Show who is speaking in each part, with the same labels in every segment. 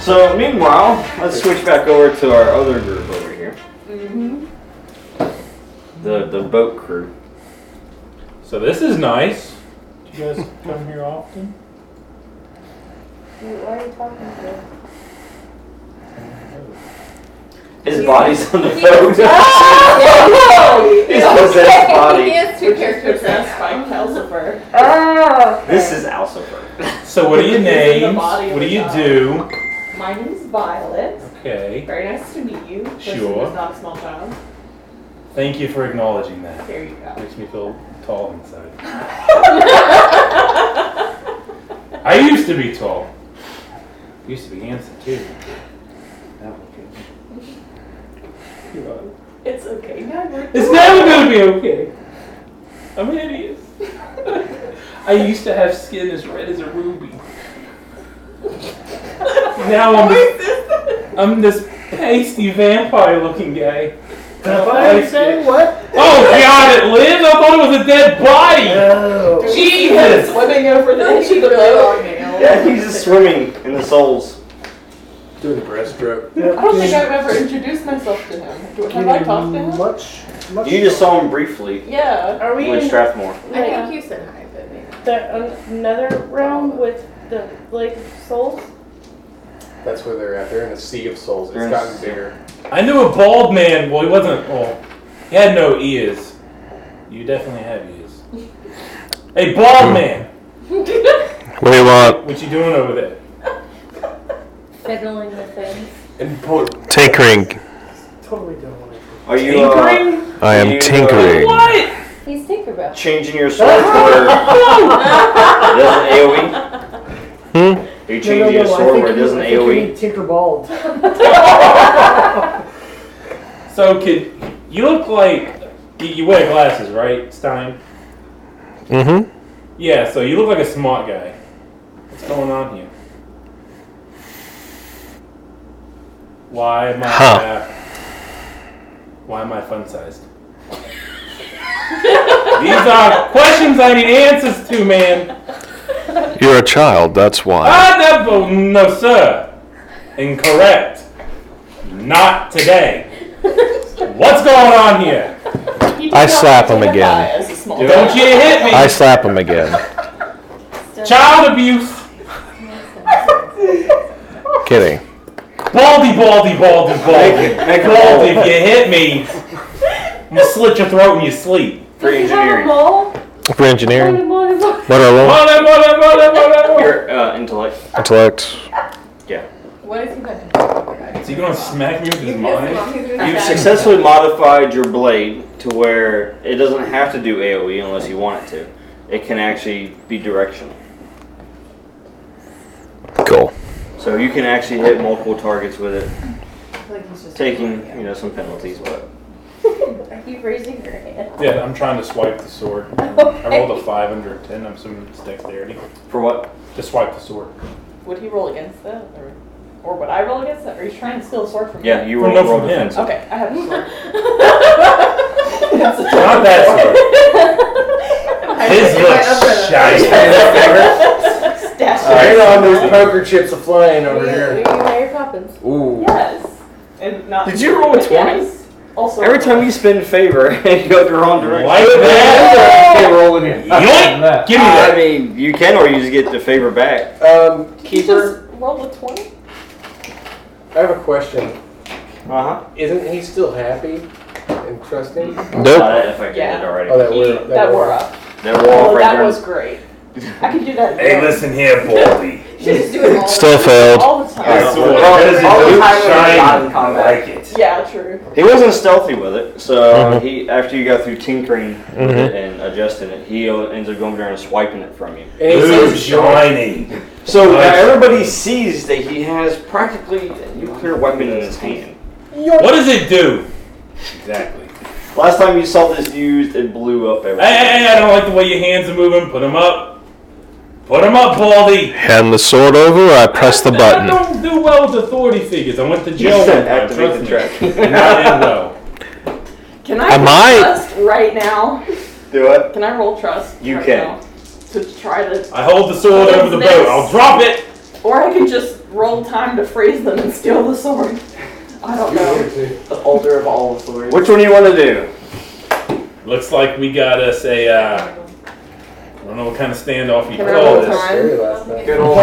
Speaker 1: So meanwhile, let's switch back over to our other group over here,
Speaker 2: Mm-hmm.
Speaker 1: the the boat crew.
Speaker 3: So this is nice. Do you guys come here often?
Speaker 2: What are you talking to?
Speaker 1: His body's on the boat.
Speaker 2: Oh!
Speaker 1: He's possessed body.
Speaker 2: He is two
Speaker 4: Which is
Speaker 2: characters.
Speaker 4: possessed by Calcifer.
Speaker 2: Oh. okay.
Speaker 1: This is Alcifer.
Speaker 3: So what do you
Speaker 4: This is the
Speaker 3: name?
Speaker 4: body of
Speaker 3: What do
Speaker 4: the
Speaker 3: you
Speaker 4: dog.
Speaker 3: do?
Speaker 4: My name is Violet.
Speaker 3: Okay.
Speaker 4: Very nice to meet you. Person
Speaker 3: Sure.
Speaker 4: who's not a small child.
Speaker 3: Thank you for acknowledging that.
Speaker 4: There you go.
Speaker 3: Makes me feel tall inside. I used to be tall. Used to be handsome too. That was good.
Speaker 4: It's okay. Now we're
Speaker 3: It's never gonna be okay. I'm hideous. I used to have skin as red as a ruby. Now I'm I'm this pasty vampire looking guy.
Speaker 5: Vampire say what?
Speaker 3: Oh god, it lived? I thought it was a dead body!
Speaker 5: No.
Speaker 3: Jesus!
Speaker 4: Swimming over the edge of the boat.
Speaker 1: Yeah, he's just swimming in the souls.
Speaker 5: Doing a breaststroke.
Speaker 4: I don't think I've ever introduced myself to him. Do- Have I talked to him?
Speaker 5: Much, much.
Speaker 1: You just saw him briefly
Speaker 4: Yeah.
Speaker 6: Are we
Speaker 1: with
Speaker 6: in
Speaker 1: Strathmore.
Speaker 2: I
Speaker 6: Yeah.
Speaker 2: think you said hi, but maybe.
Speaker 6: the, um, another realm with the like souls?
Speaker 5: That's where they're at. They're in a sea of souls. It's
Speaker 1: They're in a
Speaker 5: gotten
Speaker 1: sea.
Speaker 5: bigger.
Speaker 3: I knew a bald man. Well, he wasn't. Well, he had no ears. You definitely have ears. Hey, bald man,
Speaker 7: What do you want?
Speaker 3: what you doing over there?
Speaker 6: Fiddling with things.
Speaker 5: And po-
Speaker 7: Tinkering.
Speaker 5: totally don't want to.
Speaker 1: Are you uh,
Speaker 3: Tinkering?
Speaker 1: You,
Speaker 7: I
Speaker 1: uh,
Speaker 7: am tinkering.
Speaker 3: What?
Speaker 2: He's Tinkerbell.
Speaker 1: changing your soul where it doesn't AoE?
Speaker 7: Hmm?
Speaker 1: Are you changing your sword where it doesn't E? AoE?
Speaker 5: Tinkerbald.
Speaker 3: So, kid, you look like you- you wear glasses, right, Stein?
Speaker 7: Mm-hmm.
Speaker 3: Yeah. So you look like a smart guy. What's going on here? Why am I?
Speaker 7: Huh.
Speaker 3: uh, why am I fun sized? These are questions I need answers to, man.
Speaker 7: You're a child, that's why.
Speaker 3: Ah, that, oh, no, sir. Incorrect. Not today. What's going on here?
Speaker 7: I slap him again.
Speaker 4: As a small
Speaker 1: Do
Speaker 3: Don't you hit me.
Speaker 7: I slap him again.
Speaker 3: Child abuse.
Speaker 7: Kidding.
Speaker 3: Baldy, baldy, baldy, baldy.
Speaker 1: Make a
Speaker 3: Baldy, if
Speaker 1: roll
Speaker 3: you hit me, I'm gonna slit your throat in your sleep.
Speaker 1: for
Speaker 6: Have a
Speaker 1: engineering.
Speaker 6: mole?
Speaker 7: For engineering,
Speaker 6: Mole, mole.
Speaker 7: what do
Speaker 1: Oh.
Speaker 7: I roll?
Speaker 3: Baldy, baldy, baldy, baldy, baldy.
Speaker 1: Your
Speaker 4: Oh.
Speaker 1: uh, intellect.
Speaker 7: Intellect.
Speaker 4: What is he going
Speaker 3: So you gonna smack me with his mind?
Speaker 1: You've successfully modified your blade to where it doesn't have to do AoE unless you want it to. It can actually be directional.
Speaker 7: Cool.
Speaker 1: So you can actually hit multiple targets with it,
Speaker 2: Like he's just
Speaker 1: taking, you know, some penalties, but
Speaker 2: Are you raising your hand?
Speaker 3: Yeah, I'm trying to swipe the sword. I rolled a five under a ten. I'm assuming it's dexterity.
Speaker 1: for what?
Speaker 3: Just swipe the sword.
Speaker 4: Would he roll against that? Or, or would I roll against that? Are you trying to steal a sword from me?
Speaker 1: Yeah, you
Speaker 3: Well,
Speaker 1: roll,
Speaker 3: no,
Speaker 1: roll
Speaker 3: from him.
Speaker 1: defense.
Speaker 4: Okay, I have a sword.
Speaker 3: Not that sword. His
Speaker 2: Right up
Speaker 3: looks
Speaker 2: there.
Speaker 3: shiny.
Speaker 5: Hang on, there's poker chips a flying over
Speaker 2: Are
Speaker 5: here.
Speaker 2: you Mary Poppins?
Speaker 5: Ooh.
Speaker 4: Yes. And not
Speaker 1: Did you roll a 20?
Speaker 4: Yes. Also,
Speaker 1: Every time you spin favor and go the wrong direction.
Speaker 3: Like that?
Speaker 5: Okay, rolling here.
Speaker 3: Yoink! Give me
Speaker 1: I
Speaker 3: that.
Speaker 1: mean, you can, or you just get the favor back.
Speaker 5: Um,
Speaker 4: Did you
Speaker 5: keeper,
Speaker 4: just roll a 20?
Speaker 5: I have a question.
Speaker 1: Uh huh.
Speaker 5: Isn't he still happy and trusting?
Speaker 7: Nope.
Speaker 1: Oh, that affected it
Speaker 4: Yeah.
Speaker 1: already.
Speaker 5: Oh, that
Speaker 4: He-
Speaker 5: were
Speaker 4: that were up.
Speaker 1: That
Speaker 4: Oh,
Speaker 1: wall right
Speaker 4: that
Speaker 1: there.
Speaker 4: was great. I could do that.
Speaker 3: Hey, listen here, Baldy.
Speaker 2: She's just doing all
Speaker 7: Still failed.
Speaker 4: All the time.
Speaker 1: Yeah.
Speaker 3: sword
Speaker 1: All the
Speaker 3: doesn't
Speaker 1: time
Speaker 3: look
Speaker 1: when
Speaker 4: it's
Speaker 3: shiny
Speaker 4: not in
Speaker 3: like it.
Speaker 4: Yeah, true.
Speaker 1: He wasn't stealthy with it, so
Speaker 7: Mhm.
Speaker 1: he after you got through tinkering with
Speaker 7: Mhm.
Speaker 1: it and adjusting it, he uh, ends up going over there and swiping it from you.
Speaker 5: And he
Speaker 3: Ooh,
Speaker 5: says, "Join."
Speaker 3: shiny.
Speaker 1: So
Speaker 3: Nice.
Speaker 1: everybody sees that he has practically a nuclear weapon in his hand.
Speaker 3: What does it do? Exactly.
Speaker 1: Last time you saw this used, it blew up
Speaker 3: Hey, hey,
Speaker 1: everything.
Speaker 3: hey, I don't like the way your hands are moving. Put them up. Put them up, Baldy.
Speaker 7: Hand the sword over, I press the
Speaker 3: I
Speaker 7: button.
Speaker 3: don't do well with authority figures. I went to
Speaker 1: You
Speaker 3: jail. one
Speaker 1: said
Speaker 3: time,
Speaker 1: activate the
Speaker 3: trust me.
Speaker 1: track.
Speaker 3: Not in well.
Speaker 4: Can I
Speaker 7: Am
Speaker 4: roll
Speaker 7: I-
Speaker 4: trust right now?
Speaker 1: Do it.
Speaker 4: Can I roll trust?
Speaker 1: You
Speaker 4: right
Speaker 1: can.
Speaker 4: Now to try to.
Speaker 3: I hold the sword over the boat. I'll drop it.
Speaker 4: Or I can just roll time to freeze them and steal the sword. I don't know.
Speaker 5: The older of all the swords.
Speaker 1: Which one do you want to do?
Speaker 3: Looks like we got us a. Uh, I don't know what kind of standoff you
Speaker 4: Can I
Speaker 3: call
Speaker 4: roll
Speaker 3: this.
Speaker 4: time?
Speaker 5: Scary last night.
Speaker 2: Good
Speaker 5: old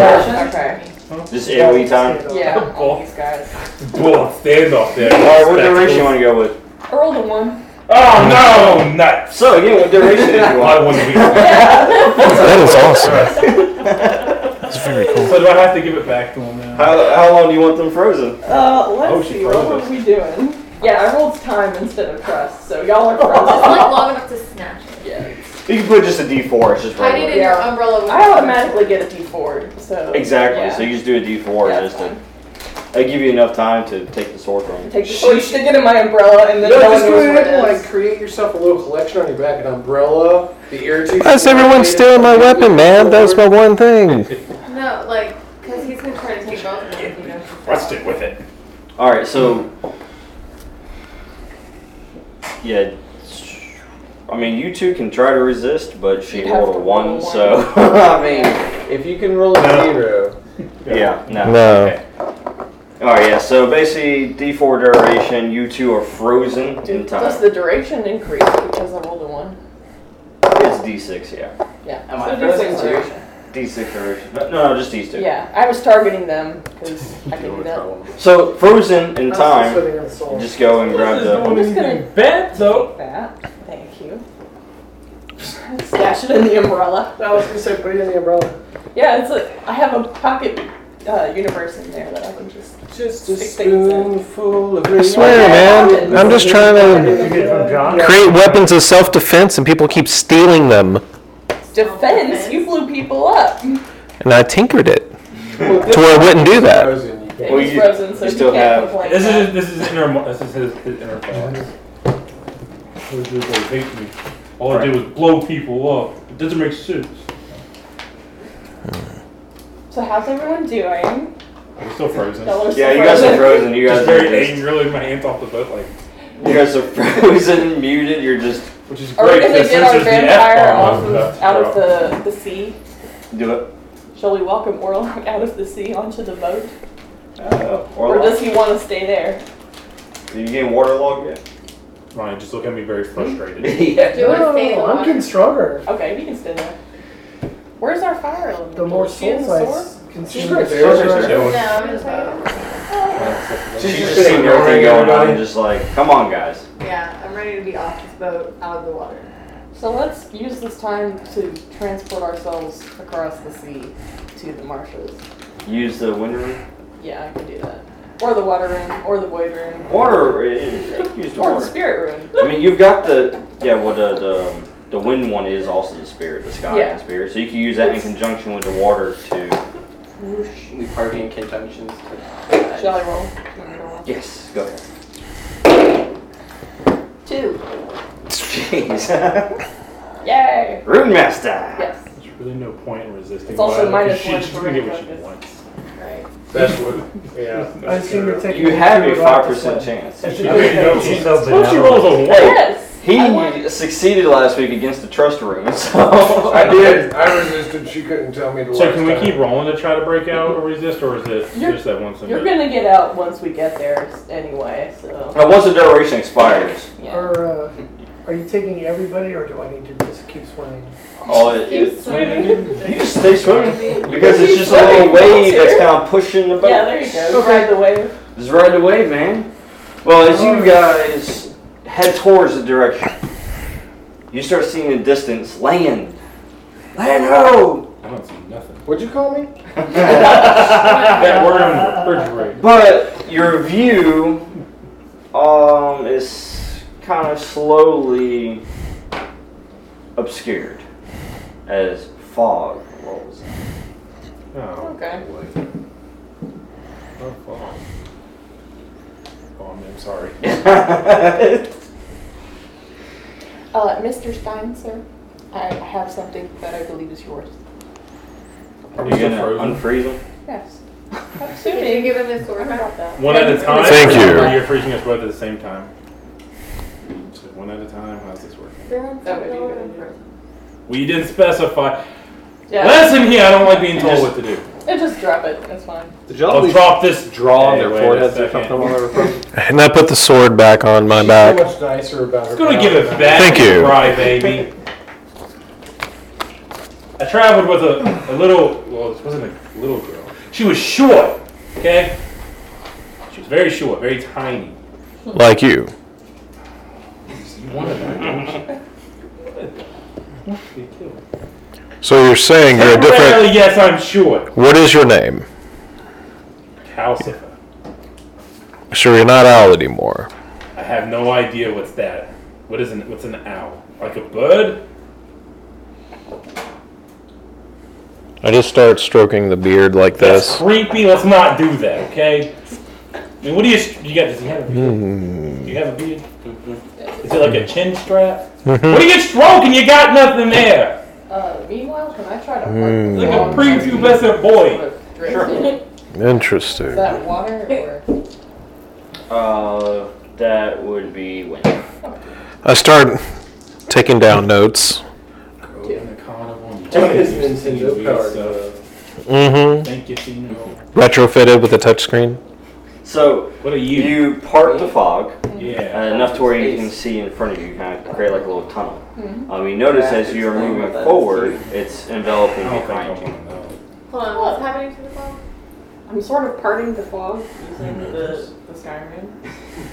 Speaker 4: Okay.
Speaker 1: Just AoE time.
Speaker 4: Yeah.
Speaker 3: Cool.
Speaker 4: all These guys.
Speaker 3: Boom, standoff there.
Speaker 1: All right, what duration you want to go with?
Speaker 4: I rolled a one.
Speaker 3: Oh no, nuts!
Speaker 1: So again, what duration do you
Speaker 3: I
Speaker 1: want?
Speaker 3: wouldn't be.
Speaker 7: That is awesome. That's very cool.
Speaker 3: So do I have to give it back to him now?
Speaker 1: How, how long do you want them frozen?
Speaker 4: Uh, let's
Speaker 3: Oh, she
Speaker 4: see. What
Speaker 3: froze
Speaker 4: were we doing? Yeah, I rolled time instead of trust, so y'all are
Speaker 2: Just
Speaker 4: frozen.
Speaker 2: like long enough to snatch it.
Speaker 4: yeah.
Speaker 1: You can put just a D4. It's just
Speaker 2: Hide
Speaker 1: regular.
Speaker 2: it in your umbrella. with
Speaker 4: I
Speaker 2: your-
Speaker 4: automatically get a D4, so.
Speaker 1: Exactly.
Speaker 4: Yeah.
Speaker 1: So you just do a D4
Speaker 4: Yeah,
Speaker 1: just
Speaker 4: that's
Speaker 1: to. I give you enough time to take the sword from. you.
Speaker 4: Take the sword, stick it in my umbrella, and
Speaker 5: No,
Speaker 4: then no one
Speaker 5: just go
Speaker 4: knows
Speaker 5: ahead
Speaker 4: what
Speaker 5: and
Speaker 4: it is.
Speaker 5: like create yourself a little collection on your back, an umbrella, the ear tube.
Speaker 7: That's everyone stealing my weapon, man. That was my one thing.
Speaker 2: No, like, because he's going to try to take both of them, you know.
Speaker 3: Thrust it with it.
Speaker 1: All right, so yeah, I mean, you two can try to resist, but she
Speaker 4: You'd have
Speaker 1: rolled a
Speaker 4: to roll
Speaker 1: one,
Speaker 4: a
Speaker 1: so
Speaker 5: I mean, if you can roll a
Speaker 3: No.
Speaker 5: zero,
Speaker 1: yeah, no.
Speaker 7: No.
Speaker 1: All right, yeah. So basically, D four duration. You two are frozen in
Speaker 4: Does
Speaker 1: time.
Speaker 4: the duration increase because I rolled a one?
Speaker 1: It's D six, yeah.
Speaker 4: Yeah.
Speaker 5: Am
Speaker 4: so
Speaker 5: I
Speaker 4: do
Speaker 5: frozen
Speaker 4: six
Speaker 5: too?
Speaker 4: duration.
Speaker 1: D six duration. No, no, just these two.
Speaker 4: Yeah, I was targeting them because I can do that.
Speaker 1: So frozen in
Speaker 5: I'm still
Speaker 1: time.
Speaker 5: sitting on the sword.
Speaker 1: Just go and grab the.
Speaker 4: I'm just gonna
Speaker 3: bad though.
Speaker 4: take that. Thank you. Stash it in the umbrella.
Speaker 5: No, I was gonna say put it in the umbrella.
Speaker 4: Yeah, it's like I have a pocket uh, universe in there that I can just.
Speaker 5: Just
Speaker 4: a
Speaker 5: a
Speaker 4: spoonful
Speaker 5: spoonful of
Speaker 7: I swear, man. I'm just trying to
Speaker 8: Oh, You get it from John?
Speaker 7: create weapons of self defense and people keep stealing them.
Speaker 4: Defense! You blew people up.
Speaker 7: And I tinkered it
Speaker 5: Well,
Speaker 7: to where it wouldn't do that.
Speaker 5: frozen, you
Speaker 4: It
Speaker 5: can't.
Speaker 1: Well,
Speaker 4: was
Speaker 1: you-
Speaker 4: frozen, so
Speaker 1: you
Speaker 4: you
Speaker 1: still
Speaker 4: can't
Speaker 1: have-
Speaker 4: complain.
Speaker 3: This
Speaker 4: about
Speaker 3: is this is inner. This is his, his inner thought. What do they hate me? All I do is blow people up. It doesn't make sense.
Speaker 4: it. So how's everyone doing?
Speaker 3: I'm still frozen.
Speaker 4: Y'all are
Speaker 1: Yeah,
Speaker 4: still
Speaker 1: you guys are frozen. You
Speaker 3: Just
Speaker 1: guys are
Speaker 3: very
Speaker 1: just,
Speaker 3: angry, with my hands off the boat, like
Speaker 1: you guys are frozen, muted. You're just
Speaker 3: which is
Speaker 4: Are we
Speaker 3: great.
Speaker 4: gonna
Speaker 3: because
Speaker 4: get our
Speaker 3: since there's the
Speaker 4: vampire
Speaker 3: F-bomb,
Speaker 4: off
Speaker 3: I'm
Speaker 4: of,
Speaker 3: about to
Speaker 4: out
Speaker 3: throw
Speaker 4: of
Speaker 3: up.
Speaker 4: the, the sea?
Speaker 1: do it.
Speaker 4: Shall we welcome Orlok out of the sea onto the boat?
Speaker 1: Uh,
Speaker 4: Or
Speaker 1: or
Speaker 4: does he want to stay there?
Speaker 1: you getting waterlogged yet?
Speaker 3: Ryan, just look at me very
Speaker 4: Hmm?
Speaker 3: frustrated.
Speaker 1: yeah.
Speaker 2: Do you want to stay in the
Speaker 8: I'm
Speaker 2: water?
Speaker 8: getting stronger.
Speaker 4: Okay, we can stay there. Where's our fire element?
Speaker 8: The more
Speaker 4: Is she in
Speaker 8: souls
Speaker 4: the
Speaker 8: I
Speaker 4: sword?
Speaker 8: s- consume,
Speaker 5: Sure,
Speaker 8: the
Speaker 5: sure,
Speaker 8: further
Speaker 1: sure,
Speaker 8: I
Speaker 1: sure.
Speaker 8: go.
Speaker 2: No, I'm just like,
Speaker 5: She's
Speaker 1: She's
Speaker 5: just
Speaker 1: just seen
Speaker 5: sitting
Speaker 1: everything
Speaker 5: there,
Speaker 1: going on
Speaker 5: everybody.
Speaker 1: and just like, come on, guys.
Speaker 2: yeah, I'm ready to be off this boat, out of the water.
Speaker 4: So let's use this time to transport ourselves across the sea to the marshes.
Speaker 1: Use the wind room.
Speaker 4: Yeah, I can do that. Or the water room, or the void room,
Speaker 1: Water. uh, Use the
Speaker 4: or the
Speaker 1: water.
Speaker 4: spirit room.
Speaker 1: I mean, you've got the yeah. Well, the the, um, the wind one is also the spirit, the sky
Speaker 4: Yeah.
Speaker 1: and spirit. So you can use that in conjunction with the water to.
Speaker 5: We party in conjunctions.
Speaker 4: Shall I roll? Do you want me to roll?
Speaker 1: Yes. Go ahead.
Speaker 4: Two.
Speaker 1: Jeez.
Speaker 4: Yay!
Speaker 1: Rune master.
Speaker 4: Yes.
Speaker 3: There's really no point in resisting.
Speaker 4: It's also
Speaker 3: Violet, 'cause
Speaker 4: minus
Speaker 3: she-
Speaker 4: one
Speaker 3: She's
Speaker 4: for
Speaker 3: gonna get what
Speaker 4: rank
Speaker 3: she
Speaker 4: focus.
Speaker 3: wants.
Speaker 4: Right.
Speaker 5: That's what. Yeah.
Speaker 8: I assume you're taking.
Speaker 1: You have a
Speaker 8: you're off
Speaker 1: five
Speaker 8: this
Speaker 1: percent
Speaker 8: way.
Speaker 1: chance.
Speaker 8: That's
Speaker 3: She really
Speaker 8: a-
Speaker 3: knows
Speaker 8: she's
Speaker 3: it.
Speaker 8: so
Speaker 3: What if she rolls a one?
Speaker 4: Yes! I want-
Speaker 1: He succeeded last week against the trust room, so
Speaker 5: I did. I resisted. She couldn't tell me to.
Speaker 3: So can we keep rolling to try to break out or resist, or is it
Speaker 4: You're-
Speaker 3: just that once?
Speaker 4: You're gonna get out once we get there s- anyway, so.
Speaker 1: Now, once the duration expires,
Speaker 4: Yeah.
Speaker 8: Or, uh, are you taking everybody, or do I need to just keep swimming?
Speaker 1: all it, it
Speaker 4: Keep swimming.
Speaker 1: You just stay swimming because it's just a little wave that's kind of pushing the boat.
Speaker 4: Yeah, there you go. Ride the wave.
Speaker 1: Just ride the wave, man. Well, as you guys head towards the direction, you start seeing in the distance land. Land ho!
Speaker 3: I don't see nothing.
Speaker 5: What'd you call me?
Speaker 3: That word on the refrigerator.
Speaker 1: But your view um, is kind of slowly obscured as fog rolls in.
Speaker 3: Oh.
Speaker 4: Okay.
Speaker 3: boy. Oh, fuck. Oh, man, I'm sorry.
Speaker 4: Uh, Mr. Stein, sir, I have something that I believe is yours.
Speaker 1: Are you gonna unfreeze them?
Speaker 4: Yes.
Speaker 2: Did you
Speaker 4: Absolutely.
Speaker 2: give him his sword?
Speaker 4: about that.
Speaker 3: One at a time?
Speaker 7: Thank you.
Speaker 3: Or you're freezing us both at the same time? So one at a time, how's this working?
Speaker 4: That would be good.
Speaker 3: Well, you didn't specify.
Speaker 4: Yeah.
Speaker 3: Listen here, I don't like being told what to do.
Speaker 4: just drop it. It's fine.
Speaker 9: Did y'all
Speaker 3: I'll
Speaker 9: leave-
Speaker 3: drop this
Speaker 9: draw
Speaker 3: draw
Speaker 9: on their foreheads or something? or whatever?
Speaker 7: And I put the sword back on my
Speaker 5: She's
Speaker 7: back.
Speaker 5: so much nicer about her.
Speaker 3: It's gonna
Speaker 5: mouth
Speaker 3: give it
Speaker 5: than I
Speaker 3: back.
Speaker 7: Thank
Speaker 3: and
Speaker 7: you.
Speaker 3: Cry, baby. I traveled with a, a little. Well, this wasn't a little girl. She was short. Okay. She was very short, very tiny.
Speaker 7: Like you.
Speaker 3: You wanted that. don't you?
Speaker 7: So you're saying you're a different.
Speaker 3: Temporarily, yes, I'm short.
Speaker 7: What is your name?
Speaker 3: Calcifer.
Speaker 7: Sure, you're not Owl anymore.
Speaker 3: I have no idea what's that. What is an what's an owl? Like a bird?
Speaker 7: I just start stroking the beard like
Speaker 3: That's
Speaker 7: this.
Speaker 3: creepy. Let's not do that, okay? I mean, what do you you got? Does he have a beard? Do
Speaker 7: Hmm.
Speaker 3: you have a beard? Is it like a chin strap? What are you stroking? You got nothing there.
Speaker 4: Uh, meanwhile, can I try to
Speaker 7: Mm.
Speaker 3: It's like
Speaker 4: plug
Speaker 3: a
Speaker 4: the
Speaker 3: prepubescent boy.
Speaker 4: Sure.
Speaker 7: Interesting.
Speaker 4: Is that water or?
Speaker 1: Uh, that would be when.
Speaker 7: I start taking down notes.
Speaker 5: What is Nintendo power?
Speaker 7: Mm-hmm.
Speaker 3: Thank you, Tino.
Speaker 7: Retrofitted with a touchscreen.
Speaker 1: So
Speaker 3: What are you?
Speaker 1: you part the fog uh,
Speaker 3: Yeah.
Speaker 1: enough to where you can see in front of you, kind of create like a little tunnel. Um, you notice as you're moving forward, it's
Speaker 3: I
Speaker 1: enveloping
Speaker 3: don't think I
Speaker 1: behind you.
Speaker 3: want to know.
Speaker 2: Hold on, what's happening to the phone?
Speaker 4: I'm sort of parting the fog using the, the Skyrim.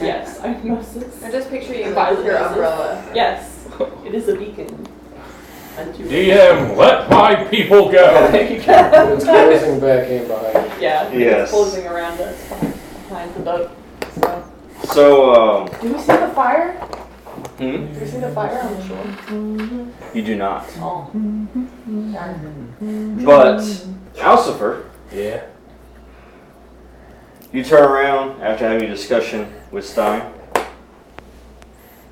Speaker 4: yes, I Moses.
Speaker 2: I just picture you
Speaker 4: By
Speaker 2: like
Speaker 4: your
Speaker 2: this.
Speaker 4: umbrella. Yes, it is a beacon. And you-
Speaker 3: DM, let my people go.
Speaker 4: There you go.
Speaker 5: It's closing back in behind.
Speaker 4: Yeah.
Speaker 1: Yes.
Speaker 4: It's closing around us behind the boat. So.
Speaker 1: So, um,
Speaker 4: Do we see the fire?
Speaker 1: hmm?
Speaker 4: Do we see the fire on the shore?
Speaker 1: you do not.
Speaker 4: Oh. Darn.
Speaker 1: But Alcifer,
Speaker 3: Yeah.
Speaker 1: you turn around after having a discussion with Stein,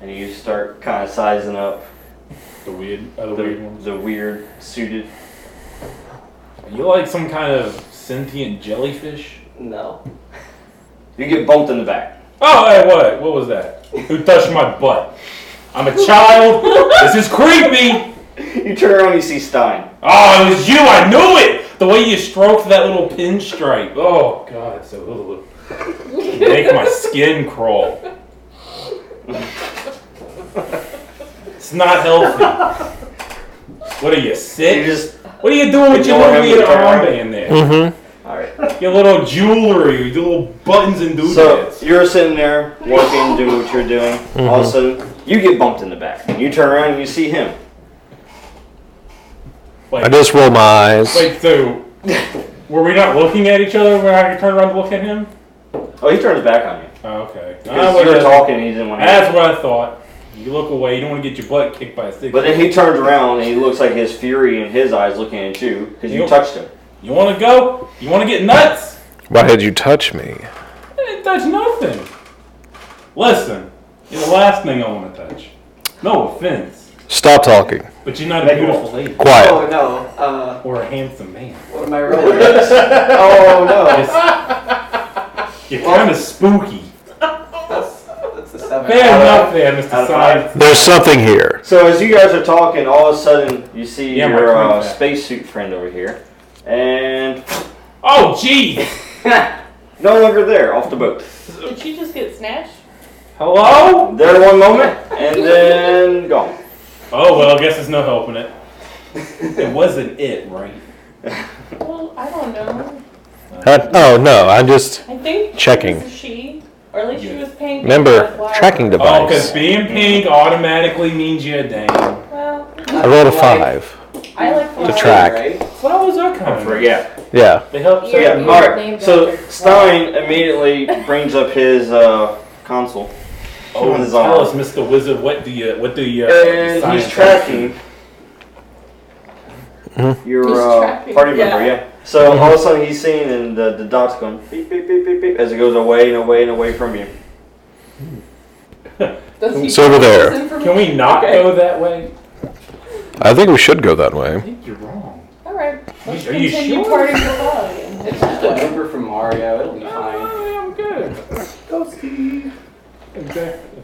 Speaker 1: and you start kind of sizing up
Speaker 3: The weird, other weird
Speaker 1: the,
Speaker 3: ones.
Speaker 1: the weird suited.
Speaker 3: Are you like some kind of sentient jellyfish?
Speaker 8: No.
Speaker 1: You get bumped in the back.
Speaker 3: Oh, hey, what? What was that? Who touched my butt? I'm a child. this is creepy.
Speaker 1: You turn around, you see Stein.
Speaker 3: Oh, it was you. I knew it. The way you stroked that little pinstripe. Oh God, it's so ugh. make my skin crawl. it's not healthy. What are you
Speaker 1: You
Speaker 3: sick?
Speaker 1: just
Speaker 3: What are you doing with your
Speaker 1: Ignore
Speaker 3: little
Speaker 1: him,
Speaker 3: weird
Speaker 1: turn around.
Speaker 3: armband there?
Speaker 7: Mm-hmm.
Speaker 1: all right.
Speaker 3: Your little jewelry, your little buttons and
Speaker 1: So
Speaker 3: doodads.
Speaker 1: you're sitting there working, doing what you're doing. All of a sudden, you get bumped in the back. You turn around and you see him.
Speaker 7: I
Speaker 3: like,
Speaker 7: just roll my eyes.
Speaker 3: wait, so were we not looking at each other when I turned around to look at him?
Speaker 1: Oh, he turned his back on you.
Speaker 3: Oh, okay. I
Speaker 1: Because you were
Speaker 3: would've-
Speaker 1: talking and he didn't want to.
Speaker 3: That's what I thought. You look away. You don't want to get your butt kicked by a stick.
Speaker 1: But then he turns around and he looks like his fury in his eyes looking at you because you
Speaker 3: Yep.
Speaker 1: touched him.
Speaker 3: you want to go? You want to get nuts?
Speaker 7: Why did you touch me?
Speaker 3: I didn't touch nothing. Listen, you're the last thing I want to touch. No offense,
Speaker 7: Stop talking.
Speaker 3: but you're not a beautiful lady
Speaker 7: Quiet.
Speaker 8: Oh, no. Uh,
Speaker 3: or a handsome man.
Speaker 8: what am I rolling? oh, no.
Speaker 3: It's- you're kind of spooky.
Speaker 8: That's, that's a seven.
Speaker 3: Fair enough, there,
Speaker 1: out
Speaker 3: Mr.
Speaker 1: of five.
Speaker 3: Science.
Speaker 7: There's something here.
Speaker 1: So as you guys are talking, all of a sudden you see
Speaker 3: Yeah, my
Speaker 1: your
Speaker 3: friend
Speaker 1: uh,
Speaker 3: back.
Speaker 1: spacesuit friend over here, and
Speaker 3: Oh, geez.
Speaker 1: no longer there, off the boat.
Speaker 6: Did she just get snatched?
Speaker 3: Hello?
Speaker 1: There one moment and then gone.
Speaker 3: Oh well, I guess it's no helping it. It wasn't it, right?
Speaker 6: Well, I don't know.
Speaker 7: I, oh no, I'm just
Speaker 6: I think
Speaker 7: Checking.
Speaker 6: it was a she, or at least she was paying.
Speaker 7: remember tracking
Speaker 3: Oh, because
Speaker 7: device.
Speaker 3: being pink automatically means you're a dang.
Speaker 6: Well,
Speaker 7: I rolled a five
Speaker 6: I like
Speaker 7: to
Speaker 6: flies.
Speaker 7: track.
Speaker 3: What was that
Speaker 1: I
Speaker 3: coming from?
Speaker 1: forget.
Speaker 7: Yeah.
Speaker 3: They help.
Speaker 1: So, yeah,
Speaker 2: You're-
Speaker 1: all
Speaker 2: you're
Speaker 1: right.
Speaker 2: named
Speaker 1: So
Speaker 2: after-
Speaker 1: Stein immediately brings up his uh, console,
Speaker 3: Oh,
Speaker 1: This is
Speaker 3: tell
Speaker 1: all.
Speaker 3: us, Mr. Wizard, what do you, what do you, uh,
Speaker 1: and
Speaker 3: science-
Speaker 1: he's tracking your
Speaker 4: He's
Speaker 1: uh,
Speaker 4: tracking,
Speaker 1: party
Speaker 4: yeah.
Speaker 1: member. Yeah. So all of a sudden he's seeing, and the, the dot's going beep beep beep beep beep as it goes away and away and away from you.
Speaker 4: Does he
Speaker 7: It's over there.
Speaker 3: Can we not
Speaker 4: Okay.
Speaker 3: go that way?
Speaker 7: I think we should go that
Speaker 3: I
Speaker 7: way.
Speaker 3: think you're wrong.
Speaker 4: All right.
Speaker 3: Are you
Speaker 4: continue
Speaker 3: sure?
Speaker 4: parting the fog.
Speaker 8: It's just a number from Mario. It'll be fine.
Speaker 3: Oh, I'm good.
Speaker 8: Go, Steve.
Speaker 3: Exactly.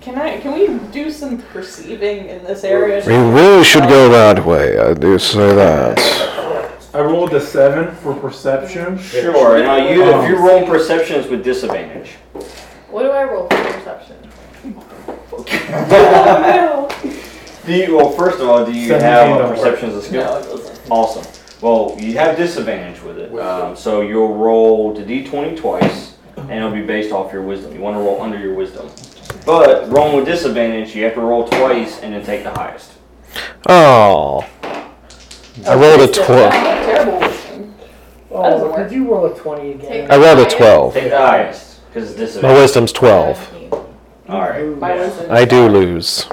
Speaker 4: Can I? Can we do some perceiving in this area?
Speaker 7: We really should go that way. I do say that.
Speaker 9: I rolled a seven for perception.
Speaker 1: Sure. Now you, if you roll perceptions with disadvantage.
Speaker 6: What do I roll for perception?
Speaker 4: Oh,
Speaker 1: Do you, well, first of all, do you
Speaker 9: Seventeen
Speaker 1: have
Speaker 9: don't
Speaker 1: a
Speaker 9: work.
Speaker 1: perception as a skill?
Speaker 4: No, it doesn't.
Speaker 1: Awesome. Well, you have disadvantage with it, um, so you'll roll the d20 twice, and it'll be based off your wisdom. You want to roll under your wisdom, but rolling with disadvantage, you have to roll twice and then take the highest.
Speaker 7: Oh. I rolled a 12.
Speaker 4: Terrible wisdom. doesn't
Speaker 8: Oh,
Speaker 4: work.
Speaker 8: did you roll a 20 again?
Speaker 7: I rolled a 12.
Speaker 1: Take the highest because it's
Speaker 7: My
Speaker 1: disadvantage.
Speaker 7: wisdom's 12.
Speaker 1: All right.
Speaker 4: My wisdom.
Speaker 7: I do lose.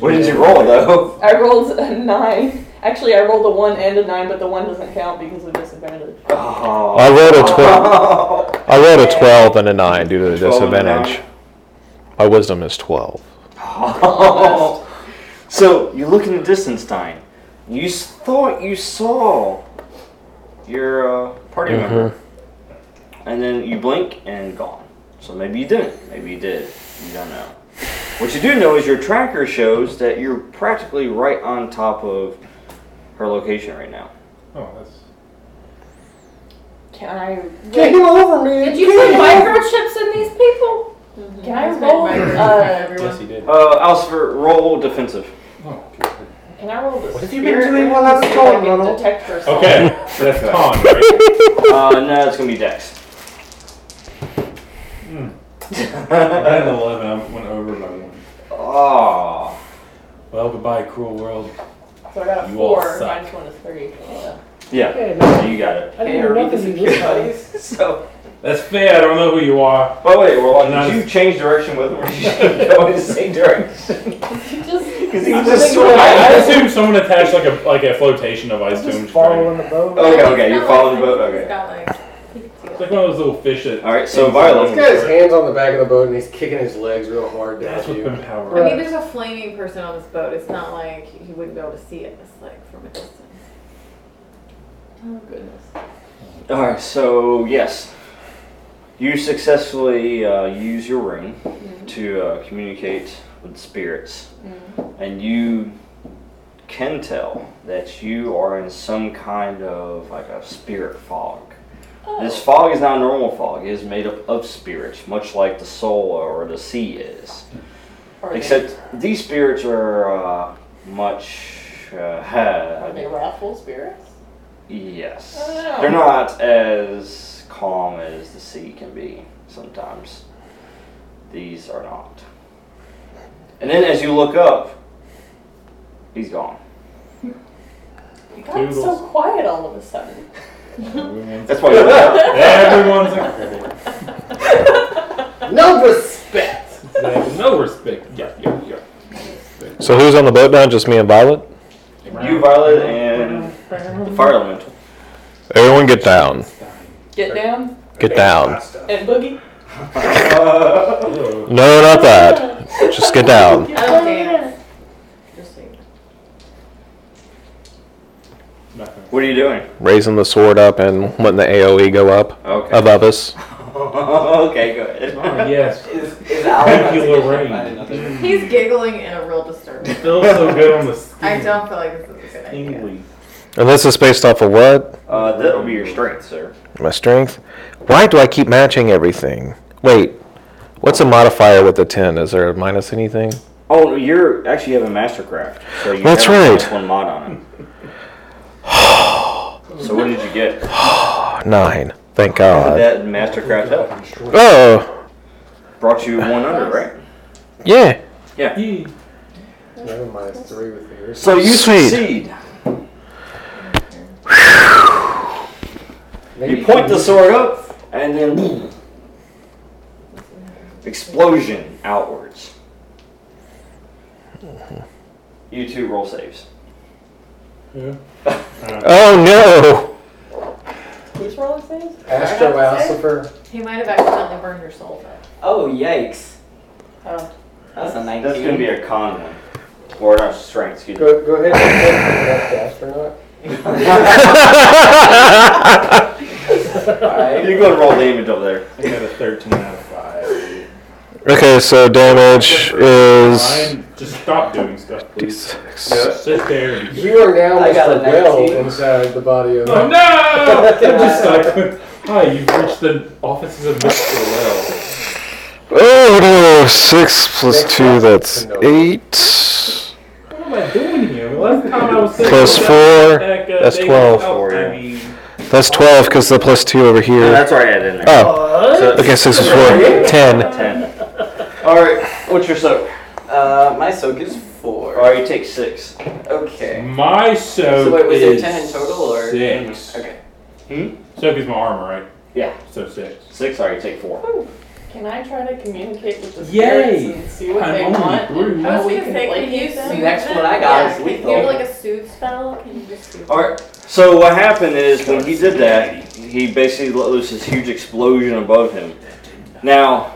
Speaker 1: What did you roll though?
Speaker 4: I rolled a nine. Actually, I rolled a one and a nine, but the one doesn't count because of disadvantage.
Speaker 7: I
Speaker 1: Oh.
Speaker 7: rolled a 12. I rolled a 12 and a 9 due to the
Speaker 1: 12 and a nine.
Speaker 7: disadvantage. My wisdom is 12.
Speaker 1: so you look in the distance, Stein. You s- thought you saw your uh, party member, and then you blink and gone. So maybe you didn't. Maybe you did. You don't know. What you do know is your tracker shows that you're practically right on top of her location right now.
Speaker 9: Oh, that's.
Speaker 4: Can I
Speaker 5: Get him over, man.
Speaker 6: Did you put microchips in these people? Can I roll? Uh,
Speaker 3: Yes, he did.
Speaker 1: Uh, Alcifer, roll defensive.
Speaker 9: Oh,
Speaker 4: can I roll this?
Speaker 5: What have you been doing while I was gone, Ronald?
Speaker 4: Detect for something?
Speaker 3: Okay, so that's con, right?
Speaker 1: Uh, no, it's gonna be Dex.
Speaker 9: I had an 11. I went over by one.
Speaker 1: Oh.
Speaker 3: Well, goodbye, cruel world.
Speaker 4: So I got a
Speaker 3: You all
Speaker 4: four.
Speaker 3: suck.
Speaker 4: Minus one is three. Yeah.
Speaker 1: Yeah,
Speaker 8: Okay, no,
Speaker 1: you got it.
Speaker 8: I didn't know nothing to do with
Speaker 1: So,
Speaker 3: That's fair. I don't know who you are.
Speaker 1: but wait, well,
Speaker 3: Not
Speaker 1: did
Speaker 3: as-
Speaker 1: you change direction with him, or did you go in the same direction?
Speaker 4: Just
Speaker 1: Because he was just
Speaker 8: thinking about
Speaker 3: I, I
Speaker 1: swimming.
Speaker 3: assume someone attached like a like a flotation device to him.
Speaker 8: Just
Speaker 3: to drag him.
Speaker 8: following the boat.
Speaker 1: Okay, okay, you're following the boat.
Speaker 6: He's
Speaker 1: Okay.
Speaker 6: got legs. He can see
Speaker 3: It's
Speaker 6: it.
Speaker 3: like one of those little fish that.
Speaker 1: All right. So
Speaker 5: He's
Speaker 1: Violet.
Speaker 5: got his hands on the back of the boat and he's kicking his legs real hard down
Speaker 3: That's
Speaker 5: at
Speaker 3: what's
Speaker 5: you.
Speaker 3: been power.
Speaker 6: I mean, there's a flaming person on this boat. It's not like he wouldn't be able to see it. It's like from a distance.
Speaker 4: oh goodness.
Speaker 1: All right. So yes, you successfully uh, use your ring
Speaker 8: Mm-hmm.
Speaker 1: to uh, communicate with spirits,
Speaker 8: Mm-hmm.
Speaker 1: and you can tell that you are in some kind of like a spirit fog.
Speaker 8: Oh.
Speaker 1: This fog is not normal fog. It is made up of spirits, much like the soul or the sea is.
Speaker 4: Are they-
Speaker 1: Except these spirits are uh, much.
Speaker 4: Are
Speaker 1: Uh,
Speaker 4: they wrathful spirits?
Speaker 1: yes.
Speaker 4: I don't know.
Speaker 1: They're not as calm as the sea can be sometimes. These are not. And then as you look up, he's gone.
Speaker 4: You got so
Speaker 3: Toodles.
Speaker 4: quiet all of a sudden.
Speaker 3: Everyone's,
Speaker 1: That's why you're there.
Speaker 3: everyone's a cripple.
Speaker 5: No respect.
Speaker 3: They have no respect. Yeah, yeah, yeah.
Speaker 7: So who's on the boat now? Just me and Violet?
Speaker 1: You, Violet, and the fire elemental.
Speaker 7: Everyone get down.
Speaker 4: Get down
Speaker 7: Get down.
Speaker 4: and boogie.
Speaker 3: Ew.
Speaker 7: No, not that. Just get down.
Speaker 6: Oh, damn. Just so you know.
Speaker 3: Nothing.
Speaker 1: What are you doing?
Speaker 7: Raising the sword up and letting the AoE go up
Speaker 1: Okay.
Speaker 7: above us.
Speaker 1: okay, go
Speaker 3: Oh,
Speaker 1: ahead.
Speaker 3: yes.
Speaker 10: Is, is Alan
Speaker 3: Regular
Speaker 10: I didn't
Speaker 3: rain.
Speaker 10: know that.
Speaker 6: He's giggling in a real disturbance.
Speaker 3: Feels so good on the
Speaker 6: I
Speaker 3: skin.
Speaker 6: don't feel like this is a good idea.
Speaker 3: Tingly.
Speaker 7: And this is based off of what?
Speaker 1: Uh, that'll be your strength, sir.
Speaker 7: My strength? Why do I keep matching everything? Wait, what's a modifier with a 10? Is there a minus anything?
Speaker 1: Oh, you're actually you have a mastercraft, so you
Speaker 7: That's
Speaker 1: have a minus
Speaker 7: right.
Speaker 1: one mod on it. so what did you get? Would
Speaker 7: Oh, nine. Thank God.
Speaker 1: that mastercraft help
Speaker 7: Oh,
Speaker 1: brought you one under, right?
Speaker 7: yeah.
Speaker 3: Yee.
Speaker 5: Never mind, it's three with yours.
Speaker 1: So you
Speaker 7: Sweet.
Speaker 1: succeed.
Speaker 5: Maybe
Speaker 1: You point the sword up, and then explosion outwards. You two roll saves.
Speaker 3: Yeah.
Speaker 7: Oh, no.
Speaker 4: Who's rolling saves?
Speaker 5: Astro Alcifer.
Speaker 6: He might have accidentally burned your soul though.
Speaker 10: Oh, yikes.
Speaker 2: Uh,
Speaker 4: Oh.
Speaker 10: That's a 19.
Speaker 1: That's gonna be a con one, or not strength. Excuse me.
Speaker 5: Go, go ahead and take the astronaut.
Speaker 10: Alright.
Speaker 1: You go and roll damage over there.
Speaker 3: I got a 13 out of 5.
Speaker 7: Okay, so damage is.
Speaker 9: Ryan, just stop doing stuff. please.
Speaker 7: D6.
Speaker 3: Sit there. and-
Speaker 5: You are now
Speaker 10: I got a
Speaker 5: Mr.
Speaker 10: Uh,
Speaker 5: Will
Speaker 10: 19.
Speaker 5: inside the body of.
Speaker 3: Oh no! I'm just like, hi, you've reached the offices of Mr. Well.
Speaker 7: Oh no! 6 plus 2, that's 8.
Speaker 3: What am I doing here? Last time I was sick, I was
Speaker 7: Plus 4.
Speaker 3: back, uh,
Speaker 7: that's
Speaker 3: they-
Speaker 7: 12
Speaker 3: oh,
Speaker 1: for
Speaker 3: I
Speaker 1: you.
Speaker 3: mean,
Speaker 7: That's 12 because the plus 2 over
Speaker 1: Yeah,
Speaker 7: here.
Speaker 1: that's already added in there.
Speaker 7: Oh,
Speaker 1: So it's
Speaker 7: okay, 6 is 4. 10.
Speaker 1: 10. Alright, what's your soak?
Speaker 10: Uh, my soak is four.
Speaker 1: Alright, you take 6.
Speaker 10: Okay.
Speaker 3: my soak
Speaker 10: So wait, was it
Speaker 3: is
Speaker 10: 10 total, or-
Speaker 3: six?
Speaker 10: Okay.
Speaker 3: Soak is my armor, right?
Speaker 1: Yeah.
Speaker 3: So six.
Speaker 1: 6, alright, you take 4.
Speaker 2: Can I try to communicate with the
Speaker 3: Yay.
Speaker 2: spirits and see what
Speaker 3: I'm
Speaker 2: they
Speaker 3: only
Speaker 2: want?
Speaker 3: brute.
Speaker 2: How
Speaker 6: I was
Speaker 2: we
Speaker 6: gonna
Speaker 2: can
Speaker 6: say,
Speaker 2: play
Speaker 6: can you
Speaker 2: them?
Speaker 10: The next one I got is
Speaker 6: Can you have
Speaker 10: lethal.
Speaker 6: like a soothe spell? Can you just soothe?
Speaker 1: Alright, so what happened is when he did that, he basically let loose this huge explosion above him. Now,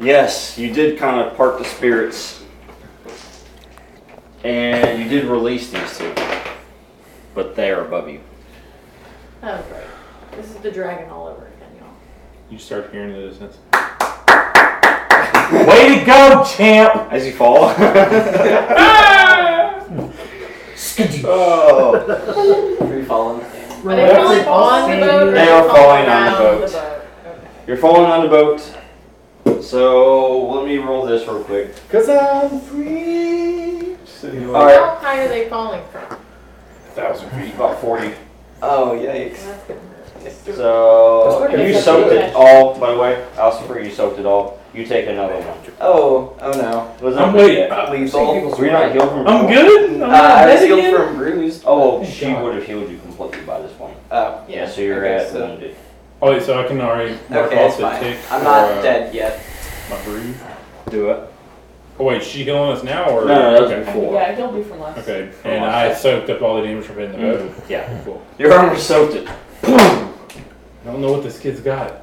Speaker 1: yes, you did kind of part the spirits, and you did release these two, but they are above you.
Speaker 6: Oh, great. This is the dragon all over again, y'all.
Speaker 9: You start hearing the distance.
Speaker 3: Way to go, champ!
Speaker 1: As you fall.
Speaker 10: Ah!
Speaker 1: oh.
Speaker 10: Free falling.
Speaker 6: Are they falling on the boat? or
Speaker 1: They are falling on the
Speaker 6: around
Speaker 1: boat. You're falling on the boat. So let me roll this real quick.
Speaker 5: Cause I'm free.
Speaker 9: Sitting
Speaker 1: All
Speaker 9: like
Speaker 1: right,
Speaker 6: How high are they falling from?
Speaker 9: a thousand feet.
Speaker 1: about forty.
Speaker 10: Oh, yikes.
Speaker 6: That's gonna hurt.
Speaker 1: So
Speaker 5: That's not
Speaker 1: you
Speaker 5: gonna
Speaker 1: soaked
Speaker 5: affect
Speaker 1: it all. By the way, Osprey, you soaked it all. You take another one.
Speaker 10: Oh, oh no.
Speaker 1: Was
Speaker 3: I'm uh,
Speaker 1: that-
Speaker 3: waiting.
Speaker 10: Lethal.
Speaker 1: Were you not healed from?
Speaker 3: I'm good. I'm
Speaker 10: Uh,
Speaker 3: not
Speaker 10: I was
Speaker 3: dead
Speaker 10: healed
Speaker 3: again.
Speaker 10: from bruised.
Speaker 1: Oh, she would have healed you completely by this point.
Speaker 10: Oh,
Speaker 1: Yeah, so you're
Speaker 10: okay,
Speaker 1: at
Speaker 10: so-
Speaker 1: wounded.
Speaker 3: Oh, wait, so I can already mark
Speaker 10: Okay,
Speaker 3: off
Speaker 10: it's
Speaker 3: the
Speaker 10: fine.
Speaker 3: tick
Speaker 10: I'm
Speaker 3: for,
Speaker 10: not
Speaker 3: uh,
Speaker 10: dead yet.
Speaker 3: My bruise.
Speaker 1: Do it.
Speaker 3: Oh wait, is she healing us now or?
Speaker 1: No, no, that was
Speaker 3: okay.
Speaker 1: before.
Speaker 4: Yeah, he'll be from last.
Speaker 3: Okay, and I soaked up all the damage from hitting the boat.
Speaker 1: Yeah.
Speaker 3: Cool.
Speaker 1: Your armor soaked it.
Speaker 3: I don't know what this kid's got.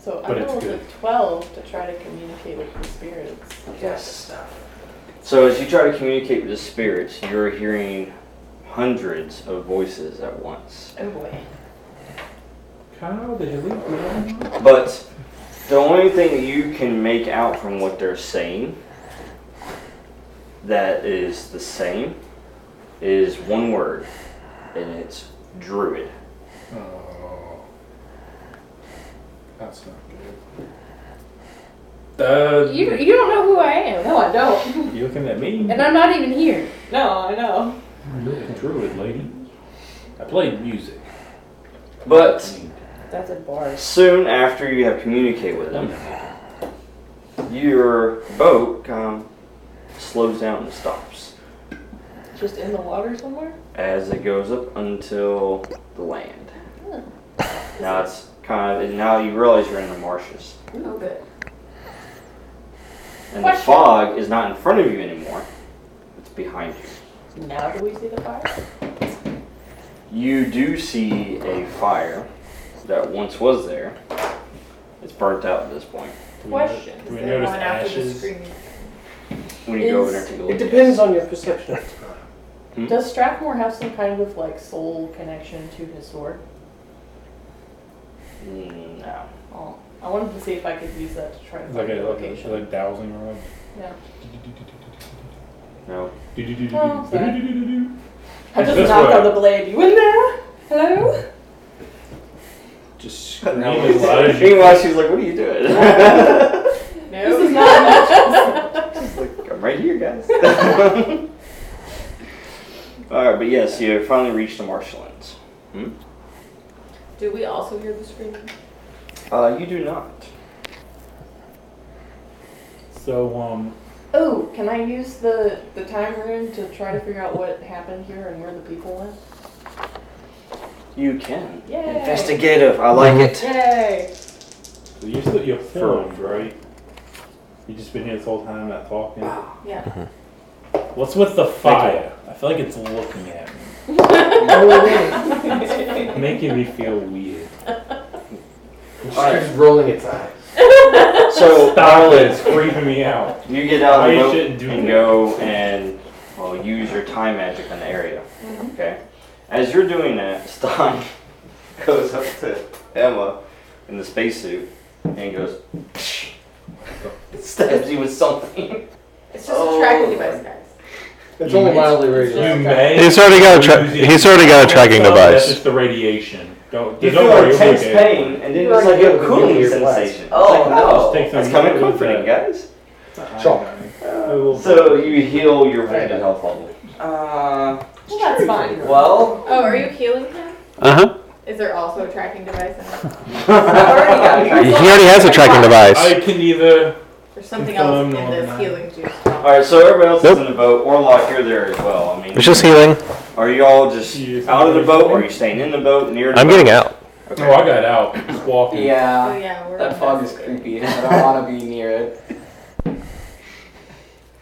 Speaker 2: So
Speaker 3: But
Speaker 2: I
Speaker 3: it's
Speaker 2: rolled a
Speaker 3: good.
Speaker 2: twelve to try to communicate with the spirits.
Speaker 1: Yes. So as you try to communicate with the spirits, you're hearing hundreds of voices at once.
Speaker 2: Oh boy.
Speaker 3: Kyle, did you leave? me?
Speaker 1: But the only thing that you can make out from what they're saying that is the same is one word, and it's druid.
Speaker 9: Oh. That's not good. Uh,
Speaker 4: You, you don't know who I am.
Speaker 2: No, I don't.
Speaker 9: you looking at me?
Speaker 4: And I'm not even here.
Speaker 2: No, I know.
Speaker 9: You're a druid, lady. I played music.
Speaker 1: But
Speaker 4: That's a bar.
Speaker 1: soon after you have communicated with them, your boat um, slows down and stops
Speaker 2: Just in the water somewhere?
Speaker 1: as it goes up until the land. Now it's kind of and now you realize you're in the marshes,
Speaker 6: Oh, good.
Speaker 1: and the fog is not in front of you anymore; it's behind you.
Speaker 2: Now do we see the fire?
Speaker 1: You do see a fire that once was there. It's burnt out at this point.
Speaker 3: Do we know-
Speaker 6: Question.
Speaker 3: Do we
Speaker 6: Is there
Speaker 3: notice
Speaker 6: one after the
Speaker 3: ashes?
Speaker 6: screaming?
Speaker 1: When you go over
Speaker 4: Is-
Speaker 1: there and take a look.
Speaker 5: It depends on your perception.
Speaker 4: Does Strathmore have some kind of like soul connection to his sword?
Speaker 1: Mm, No.
Speaker 4: Oh, I wanted to see if I could use that to try to
Speaker 3: It's
Speaker 4: find
Speaker 3: Like a,
Speaker 4: the
Speaker 3: like a,
Speaker 4: location.
Speaker 3: like dowsing or like.
Speaker 4: Yeah.
Speaker 1: No.
Speaker 4: Oh, sorry.
Speaker 3: Do-do-do-do-do-do.
Speaker 4: I just
Speaker 3: This
Speaker 4: knocked
Speaker 3: way.
Speaker 4: on the blade. You in there? Hello?
Speaker 3: Just scream as loud as you.
Speaker 1: Meanwhile, she's like, "What are you doing?"
Speaker 4: This is not
Speaker 1: like, I'm right here, guys. All right, but yes, you finally reached the marshlands.
Speaker 6: Do we also hear the screaming?
Speaker 1: Uh, you do not.
Speaker 3: So um,
Speaker 4: Oh, can I use the the time rune to try to figure out what happened here and where the people went?
Speaker 1: You can.
Speaker 4: Yay.
Speaker 1: Investigative. I like it.
Speaker 4: Yay!
Speaker 9: So you still, you're
Speaker 1: Fur.
Speaker 9: filmed, right? You just been here this whole time not talking.
Speaker 6: Yeah.
Speaker 3: what's with the fire? I feel like it's looking at me, making me feel weird.
Speaker 5: It's just rolling its eyes.
Speaker 1: So,
Speaker 3: Stop it! It's creeping me out.
Speaker 1: you get out of
Speaker 3: I
Speaker 1: the boat
Speaker 3: shouldn't do
Speaker 1: and
Speaker 3: that.
Speaker 1: go and well, use your time magic on the area. Okay. As you're doing that, Stein goes up to Emma in the spacesuit and goes,
Speaker 10: stabs you with something.
Speaker 6: It's just
Speaker 3: Oh.
Speaker 6: a tracking device, guys.
Speaker 5: It's only mildly radiated.
Speaker 3: You may.
Speaker 7: He's already got a tra-
Speaker 3: lose it.
Speaker 7: he's already got a tracking
Speaker 3: That's
Speaker 7: device.
Speaker 3: just the radiation. Don't,
Speaker 1: You
Speaker 3: don't
Speaker 1: feel
Speaker 3: worry.
Speaker 1: like
Speaker 3: it'll be
Speaker 1: intense
Speaker 3: okay.
Speaker 1: pain, and then it's like you have a cooling sensation.
Speaker 10: Oh,
Speaker 3: Just
Speaker 10: no.
Speaker 3: take some
Speaker 1: That's kind of
Speaker 3: really
Speaker 1: comforting,
Speaker 3: good-
Speaker 1: guys.
Speaker 5: Chalk.
Speaker 3: a little-
Speaker 1: So you heal your wounded health level.
Speaker 10: Uh,
Speaker 4: Well, that's fine.
Speaker 10: well.
Speaker 6: Oh, are you healing him?
Speaker 7: Uh huh.
Speaker 6: Is there also a tracking device in it?
Speaker 7: He already has a tracking device.
Speaker 3: I can either.
Speaker 6: There's something else in
Speaker 3: Confirmed or
Speaker 6: this
Speaker 3: not.
Speaker 6: healing juice.
Speaker 1: All right, so everybody else
Speaker 7: Nope.
Speaker 1: is in the boat. Orlock, you're there as well. I mean,
Speaker 7: It's just healing.
Speaker 1: are you all just
Speaker 3: Yes.
Speaker 1: out of the boat? Or are you staying in the boat? Near? The
Speaker 7: I'm
Speaker 1: boat?
Speaker 7: getting out.
Speaker 3: No, Oh, I got out. Just walking.
Speaker 6: Oh
Speaker 10: Yeah.
Speaker 6: yeah, we're
Speaker 10: That fog is creepy. I don't want to be near it.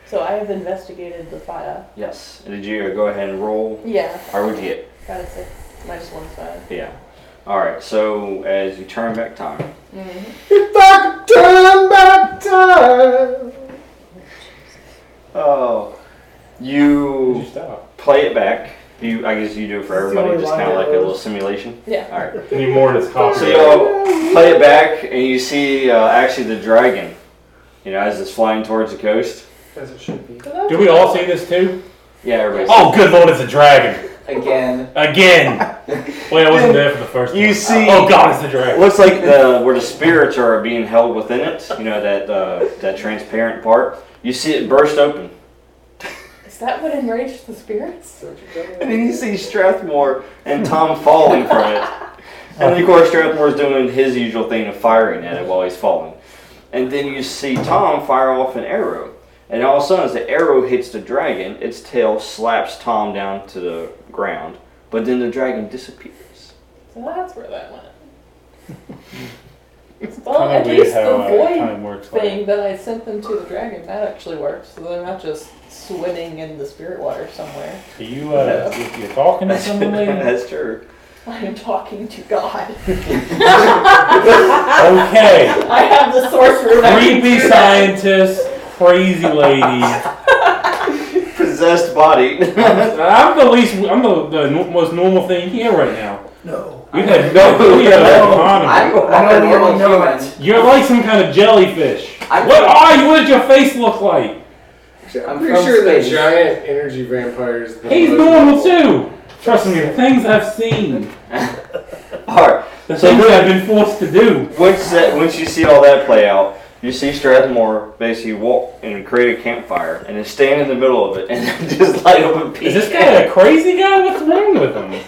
Speaker 4: So I have investigated the fire.
Speaker 1: Yes. Did you uh, go ahead and roll?
Speaker 4: Yeah,
Speaker 1: Or would you get?
Speaker 4: got a six. Minus one five.
Speaker 1: Yeah. All right. So as you turn back time,
Speaker 5: If I could turn back time.
Speaker 1: oh,
Speaker 3: Did you
Speaker 1: you
Speaker 3: stop?
Speaker 1: play it back. You, I guess you do it for
Speaker 8: This is the
Speaker 1: everybody,
Speaker 8: only
Speaker 1: just
Speaker 8: line
Speaker 1: kind of
Speaker 8: that
Speaker 1: like a little
Speaker 8: was-
Speaker 1: simulation.
Speaker 4: Yeah.
Speaker 1: All right.
Speaker 3: Anymore, it's
Speaker 1: So
Speaker 3: copyright.
Speaker 1: y'all play it back, and you see uh, actually the dragon. You know, as it's flying towards the coast.
Speaker 5: As it should be.
Speaker 3: Do we all see this too?
Speaker 1: Yeah, everybody's.
Speaker 3: Oh, good lord, it's a dragon.
Speaker 10: Again.
Speaker 3: Again. Wait, I wasn't there for the first
Speaker 1: You
Speaker 3: one.
Speaker 1: see-
Speaker 3: Oh, God, it's a
Speaker 1: It
Speaker 3: dragon.
Speaker 1: looks like the where the spirits are being held within it. You know that uh, that transparent part. You see it burst open,
Speaker 4: Is that what enraged the spirits?
Speaker 1: and then you see Strathmore and Tom falling from it. And then, of course, Strathmore's doing his usual thing of firing at it while he's falling. And then you see Tom fire off an arrow. And all of a sudden, as the arrow hits the dragon, its tail slaps Tom down to the ground. But then the dragon disappears.
Speaker 4: So that's where that went. well,
Speaker 3: Kinda
Speaker 4: at
Speaker 3: weird
Speaker 4: least the
Speaker 3: how, uh,
Speaker 4: void
Speaker 3: time works like-
Speaker 4: thing that I sent them to the dragon that actually worked. So they're not just swimming in the spirit water somewhere.
Speaker 3: Are you, uh, if you're talking to somebody?
Speaker 1: That's true.
Speaker 4: I am talking to God.
Speaker 3: okay.
Speaker 4: I have the sorcerer. that can
Speaker 3: Creepy
Speaker 4: do that.
Speaker 3: scientist, crazy lady.
Speaker 1: Possessed body.
Speaker 3: I'm the least, I'm the, the no- most normal thing here right now.
Speaker 8: No.
Speaker 3: We've had
Speaker 1: Oh,
Speaker 3: no, we have no
Speaker 10: I'm,
Speaker 3: economy.
Speaker 10: I'm a
Speaker 8: don't
Speaker 10: normal
Speaker 8: even know
Speaker 10: human.
Speaker 8: it.
Speaker 3: You're like some kind of jellyfish.
Speaker 10: I'm-
Speaker 3: What are you? What does your face look like?
Speaker 10: I'm
Speaker 5: I'm pretty
Speaker 10: from
Speaker 5: sure the
Speaker 10: space.
Speaker 5: giant energy vampire is the
Speaker 3: He's
Speaker 5: most
Speaker 3: normal too. Trust me, the things I've seen,
Speaker 1: All right.
Speaker 3: the
Speaker 1: So
Speaker 3: things
Speaker 1: who-
Speaker 3: I've been forced to do.
Speaker 1: Once that, once you see all that play out, you see Strathmore basically walk and create a campfire and then stand in the middle of it and just light up a piece.
Speaker 3: Is this guy a crazy guy? What's wrong with him?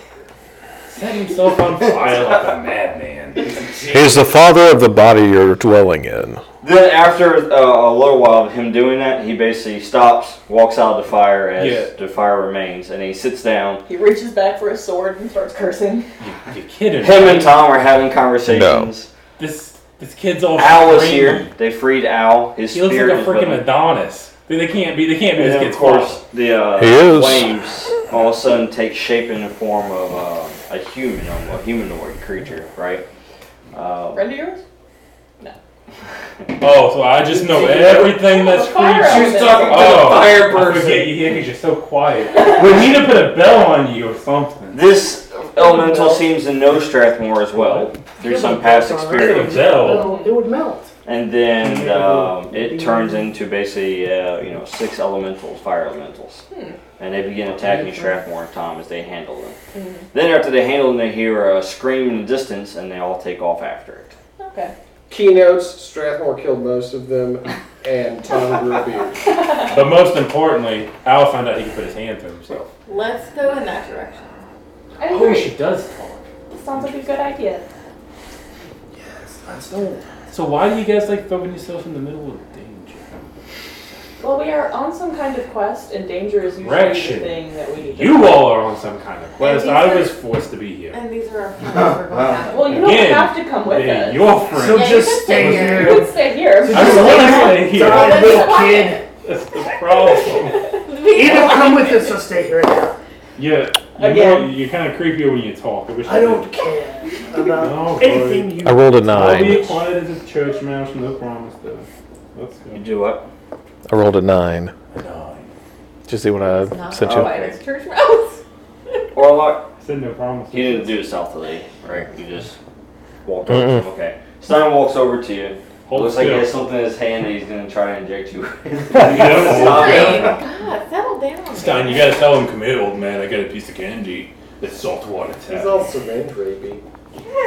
Speaker 3: Set himself on fire like a madman.
Speaker 7: He's the father of the body you're dwelling in.
Speaker 1: Then after uh, a little while of him doing that, he basically stops, walks out of the fire as
Speaker 3: Yeah.
Speaker 1: the fire remains, and he sits down.
Speaker 4: He reaches back for his sword and starts cursing.
Speaker 3: You're kidding.
Speaker 1: Him and Tom are having conversations.
Speaker 3: This this kid's all.
Speaker 1: Al is
Speaker 3: screaming.
Speaker 1: here. They freed Al. His
Speaker 3: He looks like
Speaker 1: spirit
Speaker 3: a
Speaker 1: is
Speaker 3: freaking
Speaker 1: with him.
Speaker 3: Adonis. Dude, They can't be. They can't be
Speaker 1: And
Speaker 3: this
Speaker 1: then, of
Speaker 3: kid's fault.
Speaker 1: course, the uh,
Speaker 7: He is.
Speaker 1: flames all of a sudden take shape in the form of uh, a human, um, a humanoid creature, right? Uh,
Speaker 4: Friend of yours?
Speaker 3: Oh, so I just know everything that's
Speaker 4: The fire
Speaker 3: creepy.
Speaker 5: She was talking to
Speaker 3: Oh,
Speaker 5: the fire
Speaker 3: I forget
Speaker 5: person.
Speaker 3: you here because you're so quiet. we need to put a bell on you or something.
Speaker 1: this elemental seems to know Strathmore as well through some past
Speaker 3: A
Speaker 1: experience,
Speaker 3: bell.
Speaker 8: No, it would melt.
Speaker 1: and then um, it turns into basically uh, you know six elementals, fire elementals, and they begin attacking Strathmore and Tom as they handle them. Then after they handle them, they hear a scream in the distance, and they all take off after it.
Speaker 4: Okay.
Speaker 5: Keynotes, Strathmore killed most of them, and Tom grew a beard.
Speaker 3: But most importantly, Al found out he could put his hand through himself.
Speaker 6: Let's go in that direction.
Speaker 4: I
Speaker 3: Oh,
Speaker 4: agree.
Speaker 3: she does talk.
Speaker 4: Sounds like a good idea.
Speaker 8: That's the
Speaker 3: So why do you guys like throwing yourself in the middle of danger?
Speaker 4: Well, we are on some kind of quest, and danger is usually
Speaker 3: Direction.
Speaker 4: the thing that we need. to-
Speaker 3: You all are on some kind of quest.
Speaker 6: And these
Speaker 3: I
Speaker 6: are-
Speaker 3: was forced to be here.
Speaker 6: And these are our plans. We're going out.
Speaker 4: Well, you don't
Speaker 3: Again,
Speaker 4: have to come with
Speaker 3: They-
Speaker 4: us.
Speaker 3: Your friend.
Speaker 8: So
Speaker 6: Yeah, you
Speaker 8: just
Speaker 6: could
Speaker 8: stay
Speaker 6: stay
Speaker 8: here.
Speaker 6: here.
Speaker 4: You would stay here.
Speaker 3: I don't want to stay
Speaker 8: Die,
Speaker 3: here.
Speaker 6: Let's
Speaker 8: little
Speaker 6: quiet.
Speaker 8: kid.
Speaker 3: That's the problem.
Speaker 8: Either come with us or stay here.
Speaker 3: Yeah, you know,
Speaker 4: Again.
Speaker 3: you're kind of creepier when you talk. wish
Speaker 8: I
Speaker 3: you
Speaker 8: don't care
Speaker 3: No, bro.
Speaker 8: about anything you.
Speaker 7: I rolled a
Speaker 3: I'll be
Speaker 7: nine.
Speaker 3: quiet as a church mouse, no promise though. Let's go.
Speaker 1: You do what?
Speaker 7: I rolled a nine.
Speaker 3: Nine.
Speaker 7: Did you see what I
Speaker 6: Not
Speaker 7: sent you?
Speaker 6: quiet as church mouse.
Speaker 1: Orlock,
Speaker 3: I said no promise.
Speaker 1: you didn't do it stealthily, right? You just walked over to him. Okay. Stein walks over to you.
Speaker 11: Hold
Speaker 1: Looks like he
Speaker 11: still.
Speaker 1: has something in his hand and he's gonna try to inject you. with.
Speaker 11: Hold still.
Speaker 4: God, settle down.
Speaker 11: Stein, you gotta tell him, come here, old man. I got a piece of candy. It's saltwater
Speaker 5: He's
Speaker 11: tap.
Speaker 5: all syringe rapey.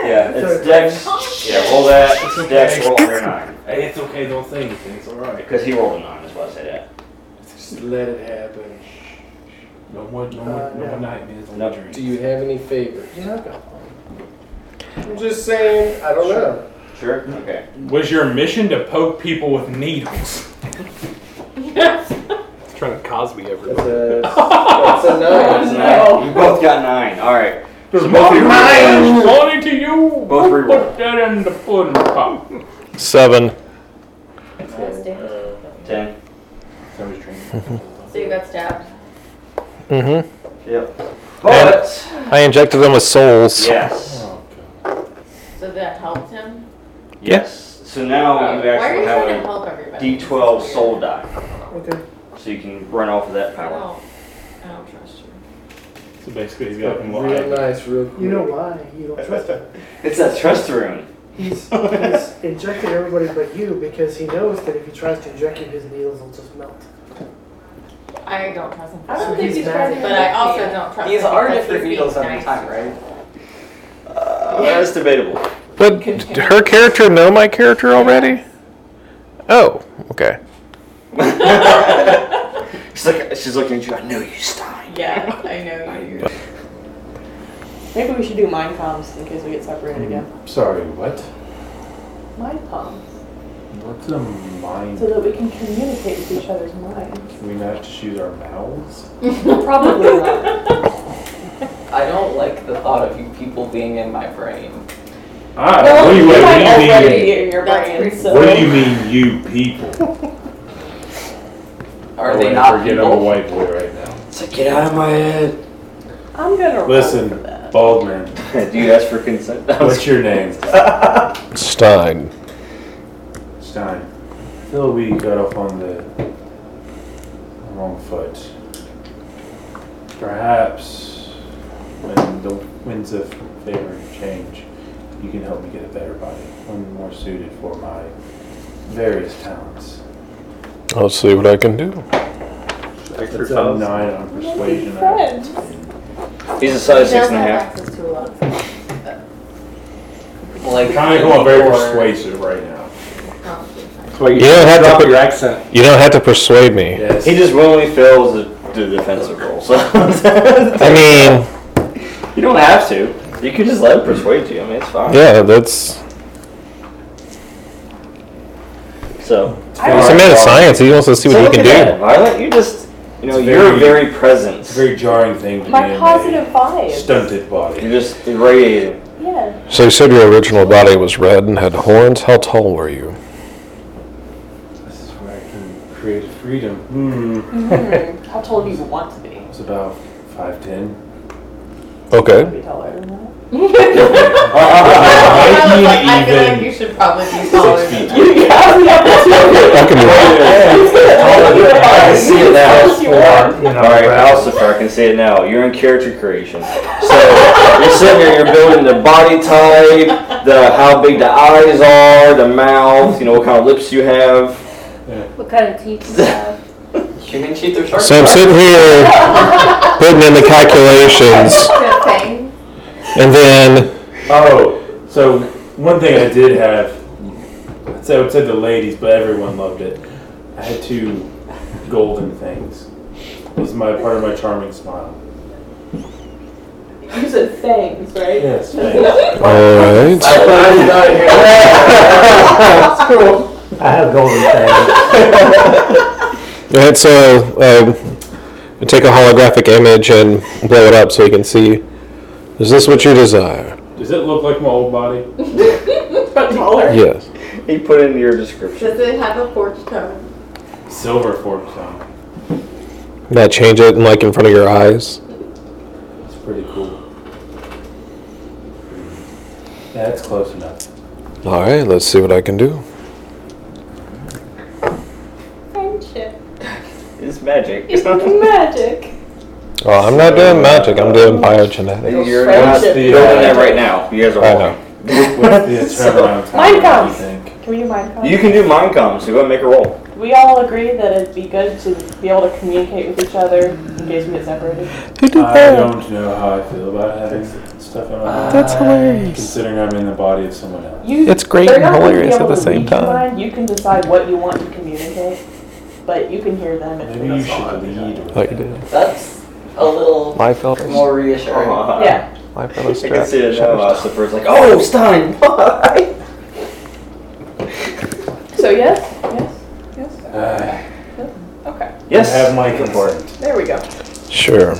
Speaker 1: yeah, it's Dex.
Speaker 4: Oh,
Speaker 1: Yeah, roll that. It's Dex roll under nine
Speaker 3: Hey, it's okay. Don't say anything. It's all right.
Speaker 1: because he rolled a nine. That's why I said
Speaker 5: Just let it happen.
Speaker 3: No more, no more,
Speaker 8: Uh,
Speaker 3: no
Speaker 8: yeah.
Speaker 3: more nightmares. No
Speaker 1: No.
Speaker 3: more dreams.
Speaker 5: Do you have any favors?
Speaker 8: Yeah.
Speaker 5: I'm just saying, I don't know.
Speaker 1: that. Sure. Okay.
Speaker 11: Was your mission to poke people with needles?
Speaker 3: Uh,
Speaker 7: Trying to Cosby everyone.
Speaker 5: That's a, that's a
Speaker 1: That's
Speaker 5: nine.
Speaker 1: nine. You both got nine. All right. So both of you roll.
Speaker 11: Mine, sorry to you.
Speaker 1: Both
Speaker 11: Who
Speaker 1: reroll.
Speaker 11: Put that in the pudding pop.
Speaker 7: Seven.
Speaker 3: uh,
Speaker 1: Ten.
Speaker 3: So is dreams.
Speaker 4: So you got stabbed.
Speaker 7: Mm-hmm.
Speaker 1: Yep. But
Speaker 7: I injected them with souls.
Speaker 1: yes,
Speaker 3: Oh god.
Speaker 4: So that helped him.
Speaker 1: yes. So now you
Speaker 4: Why are
Speaker 1: actually
Speaker 4: you trying to
Speaker 1: have a
Speaker 4: help everybody?
Speaker 1: D12
Speaker 4: That's
Speaker 1: soul
Speaker 4: weird.
Speaker 1: die,
Speaker 8: Okay.
Speaker 1: so you can run off of that
Speaker 4: I
Speaker 1: power.
Speaker 4: don't. I don't trust you.
Speaker 11: So basically, he's got
Speaker 5: Real nice, real quick.
Speaker 8: You know why you don't trust him.
Speaker 1: It's that trust rune.
Speaker 8: He's, he's injected everybody but you because he knows that if he tries to inject you, his needles will just melt.
Speaker 4: I don't trust him.
Speaker 8: don't think he's
Speaker 4: but
Speaker 8: trying
Speaker 4: I also don't trust.
Speaker 12: These
Speaker 4: him
Speaker 12: are
Speaker 4: because
Speaker 12: different
Speaker 4: he's
Speaker 12: needles
Speaker 4: being
Speaker 12: every
Speaker 4: nice.
Speaker 12: time, right?
Speaker 1: Uh, that's debatable.
Speaker 7: But did her character know my character already? Oh, okay.
Speaker 1: She's like, she's looking at you. I know you, Stein.
Speaker 4: Yeah, I know you.
Speaker 6: Maybe we should do mind comms in case we get separated
Speaker 1: Mm-hmm.
Speaker 6: again.
Speaker 3: Sorry, what?
Speaker 6: Mind comms.
Speaker 3: What's a mind?
Speaker 6: So that we can communicate with each other's minds.
Speaker 3: Can we not just use our mouths?
Speaker 6: Probably not.
Speaker 12: I don't like the thought of you people being in my brain.
Speaker 3: Ah,
Speaker 6: Well,
Speaker 3: what do you,
Speaker 6: you might
Speaker 3: what do you
Speaker 6: already
Speaker 3: mean?
Speaker 6: get in your
Speaker 4: That's
Speaker 6: brain,
Speaker 4: pretty-
Speaker 6: so-
Speaker 3: What do you mean, you people?
Speaker 12: Are
Speaker 3: Oh,
Speaker 12: they
Speaker 3: wait,
Speaker 12: not
Speaker 3: forget I'm a
Speaker 12: people?
Speaker 3: white boy right now.
Speaker 1: It's like, get out of my head.
Speaker 6: I'm gonna roll
Speaker 3: Listen,
Speaker 6: for that.
Speaker 3: bald man.
Speaker 1: Do you ask for consent? That
Speaker 3: What's your name?
Speaker 7: Stein.
Speaker 3: Stein. I feel we got off on the wrong foot. Perhaps when the winds of favor change, you can help me get a better body, one more suited for my various talents.
Speaker 7: I'll see what I can do.
Speaker 3: That's a nine on persuasion.
Speaker 6: Friends.
Speaker 1: He's a size six
Speaker 4: Does
Speaker 1: and a
Speaker 4: have
Speaker 1: half.
Speaker 4: access to a lot of stuff.
Speaker 12: Like,
Speaker 3: I'm trying to come up very
Speaker 12: or-
Speaker 3: persuasive right now.
Speaker 4: Probably fine.
Speaker 3: Wait,
Speaker 7: You don't have to put-
Speaker 3: accent.
Speaker 7: You don't have to persuade me.
Speaker 3: Yes.
Speaker 1: He just willingly fails the, the defensive roll. So
Speaker 7: I mean,
Speaker 1: you don't have to. You can just let him persuade you. I mean, it's fine.
Speaker 7: yeah, that's.
Speaker 1: So
Speaker 7: He's a man of science. He wants to see
Speaker 1: So
Speaker 7: what he
Speaker 1: look at
Speaker 7: can
Speaker 1: that,
Speaker 7: do.
Speaker 1: Violet, you just, you know,
Speaker 3: It's
Speaker 1: your
Speaker 3: very-
Speaker 1: very presence.
Speaker 3: It's a very jarring thing to be
Speaker 6: My
Speaker 3: in
Speaker 6: positive
Speaker 3: a
Speaker 6: vibes.
Speaker 3: stunted body.
Speaker 1: You're just irradiated.
Speaker 6: Yeah.
Speaker 7: So you said your original body was red and had horns. How tall were you?
Speaker 3: This is where I can create freedom. Hmm.
Speaker 6: Hmm, How tall do you want to be?
Speaker 3: It's about five ten.
Speaker 7: Okay.
Speaker 6: Be taller than that.
Speaker 4: I was like, I
Speaker 3: Maybe
Speaker 4: feel like you
Speaker 3: even
Speaker 4: should probably be taller.
Speaker 3: six
Speaker 4: than-
Speaker 3: feet. You
Speaker 7: I can
Speaker 1: I can see it now. It's
Speaker 3: are.
Speaker 1: four. All right, Alcifer, I can see it now. You're in character creation. So you're sitting there, you're building the body type, the how big the eyes are, the mouth, you know, what kind of lips you have.
Speaker 13: What kind of teeth do you have?
Speaker 12: Human teeth are sharp.
Speaker 7: So I'm sitting here putting in the calculations,
Speaker 4: Good thing.
Speaker 7: and then
Speaker 3: Oh, so one thing I did have, so it said the ladies, but everyone loved it. I had two golden things. It was my part of my charming smile.
Speaker 6: You said fangs, right?
Speaker 3: Yes, thanks.
Speaker 7: all right.
Speaker 3: I have golden things.
Speaker 7: And so um, I take a holographic image and blow it up so you can see. Is this what you desire?
Speaker 3: Does it look like my old body?
Speaker 6: But taller.
Speaker 7: Yes.
Speaker 1: He put in your description.
Speaker 4: Does it have a forked tongue?
Speaker 3: Silver fork stone.
Speaker 7: That change it and like in front of your eyes.
Speaker 3: It's pretty cool. That's close enough.
Speaker 7: All right. Let's see what I can do.
Speaker 4: Friendship.
Speaker 1: It's magic.
Speaker 4: It's magic.
Speaker 7: Oh, I'm not doing magic. I'm doing biogenetics.
Speaker 1: You're not
Speaker 3: Friendship.
Speaker 1: building that right now. You guys are
Speaker 7: I know.
Speaker 1: walking.
Speaker 3: What's the turnaround time?
Speaker 6: Mine comes.
Speaker 3: You think?
Speaker 6: Can we do mind comms?
Speaker 1: You can do mind comms, so go ahead and make a roll.
Speaker 6: We all agree that it'd be good to be able to communicate with each other in case we get separated.
Speaker 7: Who did
Speaker 3: I
Speaker 7: that?
Speaker 3: don't know how I feel about having stuff in my mind.
Speaker 7: That's hilarious.
Speaker 3: Considering I'm in the body of someone else.
Speaker 6: You,
Speaker 7: It's great
Speaker 6: they're
Speaker 7: and
Speaker 6: not gonna be
Speaker 7: hilarious at
Speaker 6: able
Speaker 7: the
Speaker 6: to
Speaker 7: same
Speaker 6: read your
Speaker 7: time.
Speaker 6: mind. You can decide what you want to communicate, but you can hear them.
Speaker 3: Maybe
Speaker 6: And
Speaker 3: you should lead. with
Speaker 7: Like you
Speaker 3: that.
Speaker 7: did.
Speaker 14: That's a little
Speaker 7: Life elders.
Speaker 14: more reassuring.
Speaker 6: yeah,
Speaker 7: Life
Speaker 1: I
Speaker 7: elders.
Speaker 1: can see it now.
Speaker 7: strapped.
Speaker 1: Uh, the bird's like, oh, Stein, why?
Speaker 4: So yes, yes, yes.
Speaker 3: Uh,
Speaker 4: Okay,
Speaker 1: Yes.
Speaker 3: I have my consent.
Speaker 4: there we go.
Speaker 7: Sure.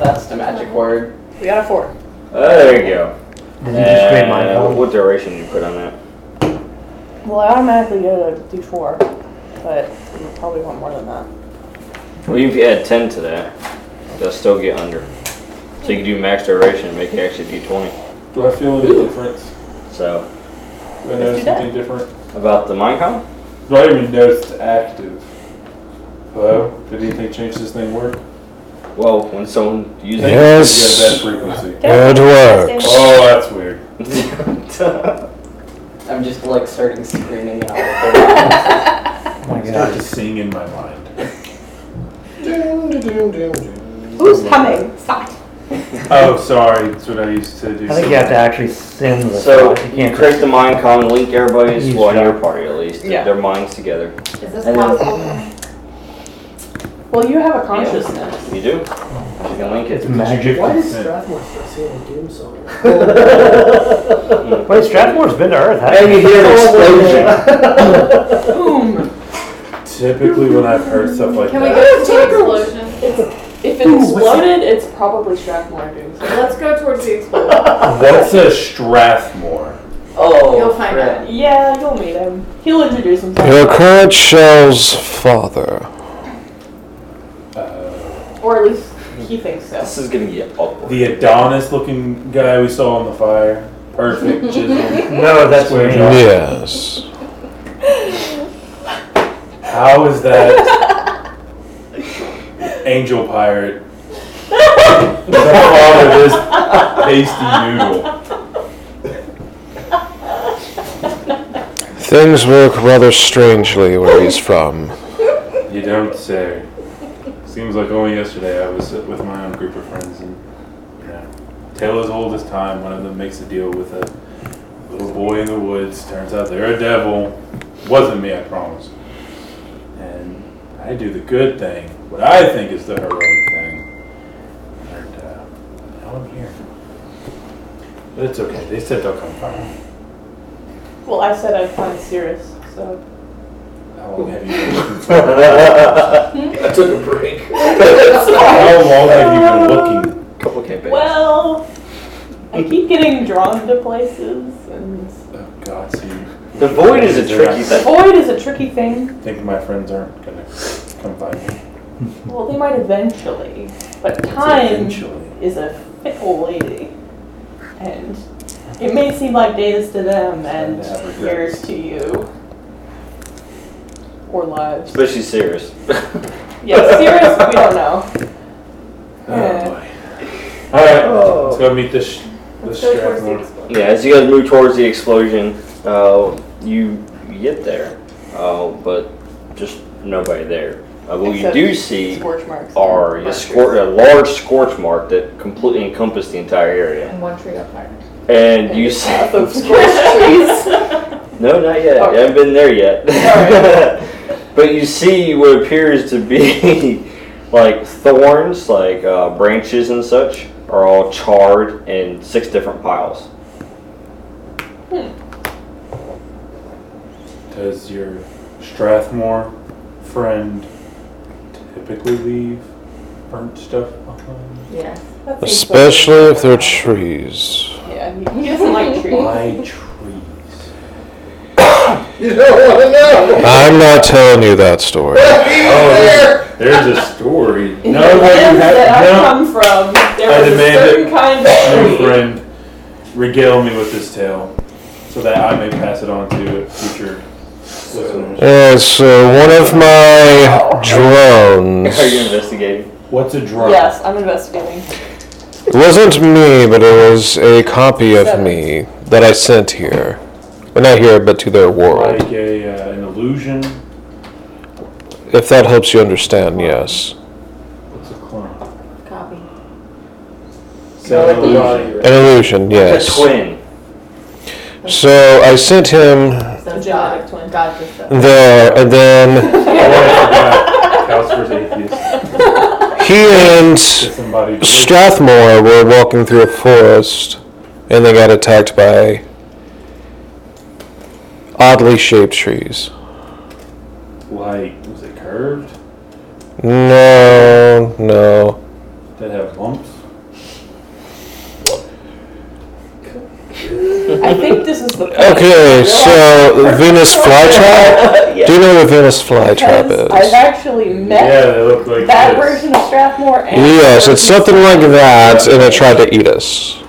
Speaker 14: That's the magic word.
Speaker 4: We got a four.
Speaker 1: There you go.
Speaker 3: Did you just create mind
Speaker 1: And
Speaker 3: comms?
Speaker 1: What duration did you put on that?
Speaker 6: well, I automatically go to D4, but you probably want more than that.
Speaker 1: Well, if you add 10 to that, they'll still get under. So you can do max duration and make it actually be 20.
Speaker 3: Do I feel any difference?
Speaker 1: So,
Speaker 3: Do I notice
Speaker 6: that.
Speaker 3: something different?
Speaker 1: about the mind comp?
Speaker 3: Do I even notice it's active? Hello? Did anything change this thing work?
Speaker 1: Well, when someone uses
Speaker 7: Yes.
Speaker 3: Yeah, that frequency.
Speaker 7: It works.
Speaker 3: Oh, that's weird.
Speaker 1: it.
Speaker 14: I'm just like starting screaming and all of it.
Speaker 3: I start to sing in my mind.
Speaker 5: Doom, doom, doom, doom, doom.
Speaker 6: Who's humming? Stop.
Speaker 3: Oh, sorry. That's what I used to do.
Speaker 15: I think you have to actually send the
Speaker 1: so,
Speaker 15: thought. You
Speaker 1: you
Speaker 15: can't
Speaker 1: create the mind comp and link everybody's,
Speaker 15: Use
Speaker 1: well,
Speaker 15: that.
Speaker 1: your party at least,
Speaker 6: Yeah.
Speaker 1: their minds together.
Speaker 4: Is this
Speaker 1: And then-
Speaker 4: possible for me?
Speaker 6: Well, you have a consciousness.
Speaker 1: You do? You
Speaker 3: Oh.
Speaker 1: can link
Speaker 15: It's
Speaker 1: it.
Speaker 15: magic.
Speaker 8: Why does
Speaker 3: Yeah.
Speaker 8: Strathmore start singing a doom song?
Speaker 1: Hmm.
Speaker 15: Wait, Strathmore's been to Earth,
Speaker 1: And
Speaker 15: hasn't
Speaker 1: you
Speaker 15: he?
Speaker 1: hear an explosion.
Speaker 3: Typically, when I've heard stuff like
Speaker 4: Can we
Speaker 3: that,
Speaker 4: go to the explosion?
Speaker 6: If it exploded, it's probably Strathmore doing something.
Speaker 4: Let's go towards the explosion.
Speaker 3: what's a Strathmore?
Speaker 14: Oh,
Speaker 4: You'll find
Speaker 14: crap.
Speaker 4: out.
Speaker 6: Yeah, you'll meet him. He'll introduce himself.
Speaker 7: Your current shell's father.
Speaker 3: Uh,
Speaker 6: Or at least he thinks so.
Speaker 1: This is gonna get awkward.
Speaker 3: the Adonis-looking guy we saw on the fire. Perfect chisel.
Speaker 15: No, that's
Speaker 3: Swear
Speaker 15: where
Speaker 3: to God.
Speaker 15: he
Speaker 7: Yes.
Speaker 3: How is that angel pirate the father of this pasty noodle?
Speaker 7: Things work rather strangely where he's from.
Speaker 3: You don't say. Seems like only yesterday I was with my own group of friends, and you know, tale as old as time. One of them makes a deal with a little boy in the woods. Turns out they're a devil. Wasn't me, I promise. And I do the good thing, what I think is the heroic thing. And uh, now I'm here. But it's okay. They said they'll come find me.
Speaker 6: Well, I said I'd find Cirrus, so.
Speaker 3: How long have you been looking for?
Speaker 5: I took a break.
Speaker 3: How long have you been looking?
Speaker 1: couple campaigns.
Speaker 6: Well, I keep getting drawn to places, and
Speaker 3: Oh God, see.
Speaker 1: The void is a tricky
Speaker 6: the
Speaker 1: thing.
Speaker 6: void is a tricky thing.
Speaker 3: I think my friends aren't gonna come find me.
Speaker 6: Well, they might eventually, but time
Speaker 3: Eventually.
Speaker 6: is a fickle lady, and it may seem like days to them and
Speaker 3: Time to have
Speaker 6: years
Speaker 3: regrets.
Speaker 6: to you, or lives.
Speaker 1: But she's serious.
Speaker 6: Yeah, Cirrus, we don't know.
Speaker 3: Oh boy. All right, let's go meet this. sh- This
Speaker 4: Let's go
Speaker 3: strathmore.
Speaker 4: towards the explosion.
Speaker 1: Oh. Yeah, as you guys move towards the explosion, uh, you you get there, uh, but just nobody there. Uh, what you
Speaker 6: Except
Speaker 1: do see
Speaker 6: Scorch marks.
Speaker 1: are a,
Speaker 6: Markers.
Speaker 1: scor- a large scorch mark that completely encompassed the entire area.
Speaker 4: And one tree up higher.
Speaker 1: And you see,
Speaker 6: Path of scorched trees.
Speaker 1: no, not yet. I haven't been there yet. but you see what appears to be like thorns, like uh, branches and such, are all charred in six different piles.
Speaker 3: Does your Strathmore friend typically leave burnt stuff behind?
Speaker 4: Yes.
Speaker 6: That seems
Speaker 7: Especially if they're trees.
Speaker 6: like- Yeah, he, he doesn't like trees.
Speaker 3: Why trees?
Speaker 5: You don't want to know.
Speaker 7: I'm not telling you that story.
Speaker 3: Oh, there's, there's a story. No,
Speaker 6: In the
Speaker 3: no, you
Speaker 6: lands that I
Speaker 3: have
Speaker 6: come from,
Speaker 3: I
Speaker 6: there was a
Speaker 3: demand
Speaker 6: certain
Speaker 3: it.
Speaker 6: kind
Speaker 3: no. New
Speaker 6: of tree.
Speaker 3: friend, regale me with this tale, so that I may pass it on to future listeners.
Speaker 7: Yeah, so uh, one of my drones.
Speaker 1: Are you investigating?
Speaker 3: What's a drone?
Speaker 6: Yes, I'm investigating.
Speaker 7: It wasn't me, but it was a copy of me that I sent here. Well, not here, but to their world.
Speaker 3: Like a, uh, an illusion.
Speaker 7: If that helps you understand, yes.
Speaker 3: What's a clone?
Speaker 6: Copy.
Speaker 3: So
Speaker 5: like the body,
Speaker 7: An illusion, yes.
Speaker 1: A twin.
Speaker 7: So I sent him
Speaker 6: So God, twin. God just said.
Speaker 7: there, and
Speaker 3: Oh,
Speaker 7: then
Speaker 3: House for atheists.
Speaker 7: he and
Speaker 3: Somebody.
Speaker 7: Strathmore were walking through a forest, and they got attacked by oddly shaped trees.
Speaker 3: Like, was it curved?
Speaker 7: No, no.
Speaker 3: That have bumps?
Speaker 4: I think this is the point.
Speaker 7: Okay, so Venus flytrap. Do you know what Venus flytrap
Speaker 4: Because I've
Speaker 7: is?
Speaker 4: actually
Speaker 3: Yeah,
Speaker 4: met
Speaker 3: they look like
Speaker 4: that
Speaker 3: this.
Speaker 4: version of Strathmore. And
Speaker 7: Yes, it's something like that, and it tried to eat us.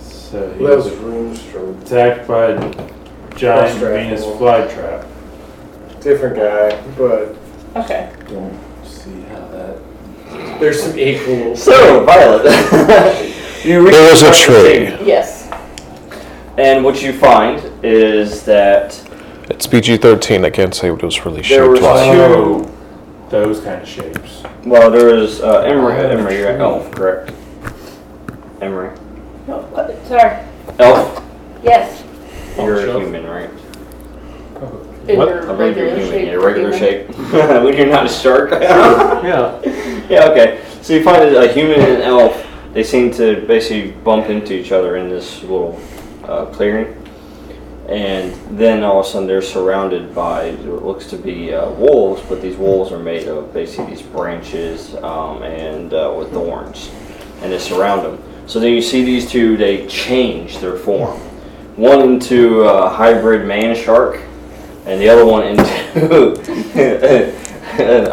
Speaker 3: So he
Speaker 5: Those
Speaker 3: was
Speaker 5: rooms from
Speaker 3: attacked by a giant
Speaker 5: Flytrap.
Speaker 3: Venus flytrap.
Speaker 5: different guy, but
Speaker 4: Okay.
Speaker 3: Don't see how that.
Speaker 5: there's some equals.
Speaker 1: So, Violet, you reach
Speaker 7: There was a
Speaker 1: across the
Speaker 7: tree.
Speaker 1: table,
Speaker 4: Yes.
Speaker 1: and what you find is that
Speaker 7: It's PG 13. I can't say what it was really
Speaker 1: There
Speaker 7: shaped
Speaker 1: was
Speaker 7: like.
Speaker 3: Oh, those kind of shapes.
Speaker 1: well, there is uh, Emery. Emery, you're an elf, correct? Emery,
Speaker 4: No, what? Sorry.
Speaker 1: elf.
Speaker 4: Yes.
Speaker 1: You're a
Speaker 3: shelf.
Speaker 1: human, right?
Speaker 4: In
Speaker 3: What?
Speaker 4: your
Speaker 1: I believe you're human.
Speaker 4: regular shape.
Speaker 1: Yeah, regular
Speaker 4: human.
Speaker 1: shape. when you're not a shark. yeah. Yeah. Okay. So you find a human and an elf. They seem to basically bump into each other in this little uh, clearing, and then all of a sudden they're surrounded by what looks to be uh, wolves. But these wolves are made of basically these branches um, and uh, with thorns, and they surround them. So then you see these two. They change their form. One into a hybrid man shark, and the other one into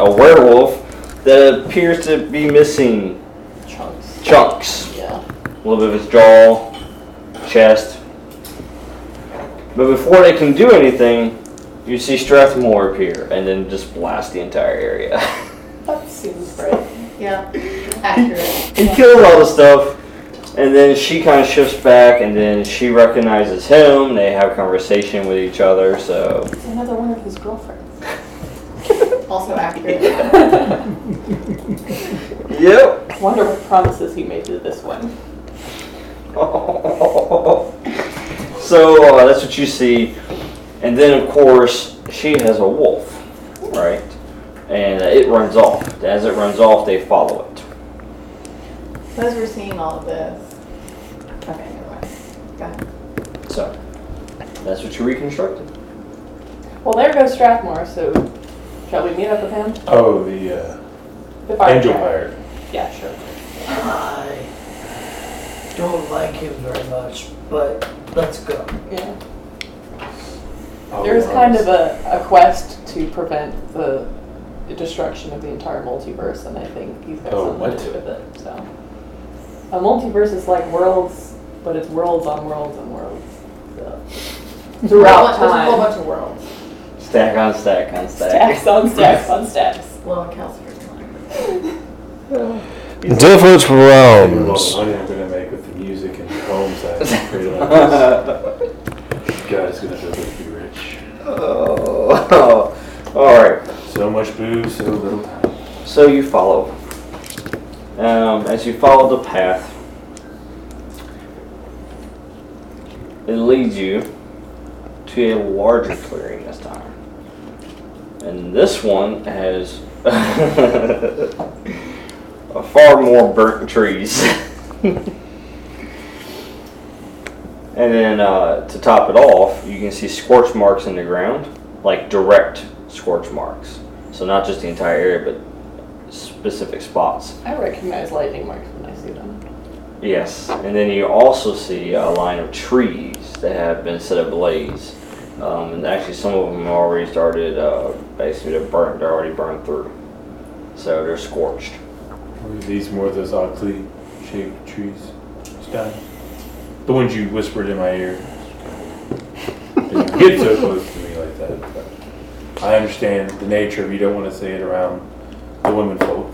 Speaker 1: a werewolf that appears to be missing
Speaker 4: Chunks.
Speaker 1: chunks.
Speaker 4: Yeah.
Speaker 1: A little bit of his jaw, chest. But before they can do anything, you see Strathmore appear and then just blast the entire area.
Speaker 4: That seems right.
Speaker 6: Yeah. Accurate.
Speaker 1: he kills all the stuff, and then she kind of shifts back, and then she recognizes him. They have a conversation with each other, so.
Speaker 4: It's another one of his girlfriends.
Speaker 6: Also accurate.
Speaker 1: Yep.
Speaker 4: Wonder what promises he made to this one.
Speaker 1: so uh, that's what you see, and then of course she has a wolf, right? And uh, it runs off. As it runs off, they follow it.
Speaker 6: So as we're seeing all of this. Okay, never mind. Go ahead.
Speaker 1: So that's what you reconstructed.
Speaker 4: Well, there goes Strathmore, so shall we meet up with him?
Speaker 3: Oh, the uh,
Speaker 4: The fire
Speaker 3: angel
Speaker 4: truck.
Speaker 3: fire.
Speaker 4: Yeah, sure.
Speaker 8: I don't like him very much, but let's go.
Speaker 4: Yeah.
Speaker 3: Oh,
Speaker 4: There's
Speaker 3: wow.
Speaker 4: kind of a, a quest to prevent the destruction of the entire multiverse, and I think he's got
Speaker 3: Oh,
Speaker 4: something
Speaker 3: what?
Speaker 4: to do with it. So, a multiverse is like worlds, but it's worlds on worlds on worlds. So. Throughout
Speaker 6: There's a
Speaker 4: time,
Speaker 6: whole bunch of worlds.
Speaker 1: Stack on stack on stack.
Speaker 4: stacks on stacks on stacks.
Speaker 6: Well, it counts for one.
Speaker 7: Different
Speaker 3: I don't know what
Speaker 7: realms.
Speaker 3: money I'm gonna make with the music and the poems I create. God is gonna help us be rich.
Speaker 1: oh. All right.
Speaker 3: So much booze, so little time.
Speaker 1: So you follow. Um, as you follow the path, it leads you to a larger clearing this time. And this one has a far more burnt trees. and then uh, to top it off, you can see scorch marks in the ground, like direct scorch marks. So not just the entire area, but specific spots.
Speaker 4: I recognize lightning marks when I see them.
Speaker 1: Yes, and then you also see a line of trees that have been set ablaze. Um, and actually, some of them already started, uh, basically, they're burnt, they're already burned through. So they're scorched.
Speaker 3: Were these more of those oddly shaped trees? Stein? The ones you whispered in my ear. You get so close to me like that. but I understand the nature of you don't want to say it around the women folk.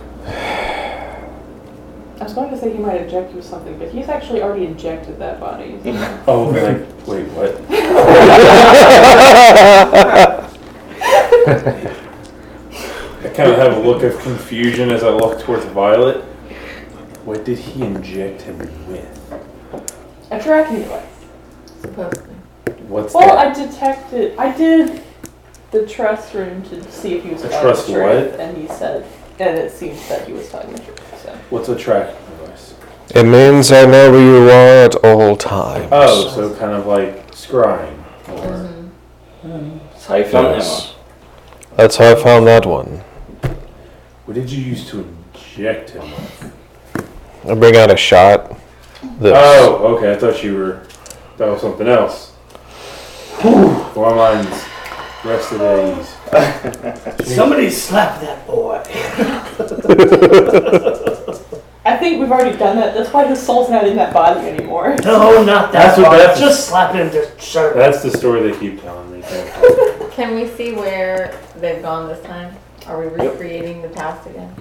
Speaker 6: I was going to say he might inject you with something, but he's actually already injected that body.
Speaker 3: Oh, like, wait, what? I kind of have a look of confusion as I look towards Violet. What did he inject him with?
Speaker 6: A tracking device.
Speaker 4: Supposedly.
Speaker 3: What's
Speaker 6: well,
Speaker 3: that?
Speaker 6: I detected. I did the trust room to see if he was
Speaker 3: The
Speaker 6: telling
Speaker 3: trust
Speaker 6: the truth,
Speaker 3: what?
Speaker 6: and he said, and it seems that he was telling the truth. So.
Speaker 3: What's a tracking device?
Speaker 7: It means I know where you are at all times.
Speaker 3: Oh, so kind of like scrying.
Speaker 6: Mm-hmm.
Speaker 3: Or
Speaker 1: That's how you found
Speaker 7: Yes. That's how I found that one.
Speaker 3: what did you use to inject him with?
Speaker 7: I bring out a shot. This.
Speaker 3: Oh, okay. I thought you were. That was something else. Whew, my mind's rested at ease.
Speaker 8: Somebody slap that boy.
Speaker 6: I think we've already done that. That's why his soul's not in that body anymore.
Speaker 8: No, not that
Speaker 3: That's what
Speaker 8: part.
Speaker 3: that's-
Speaker 8: Just slap him to shut him.
Speaker 3: That's the story they keep telling me. thankfully.
Speaker 4: Can we see where they've gone this time? Are we recreating the past again?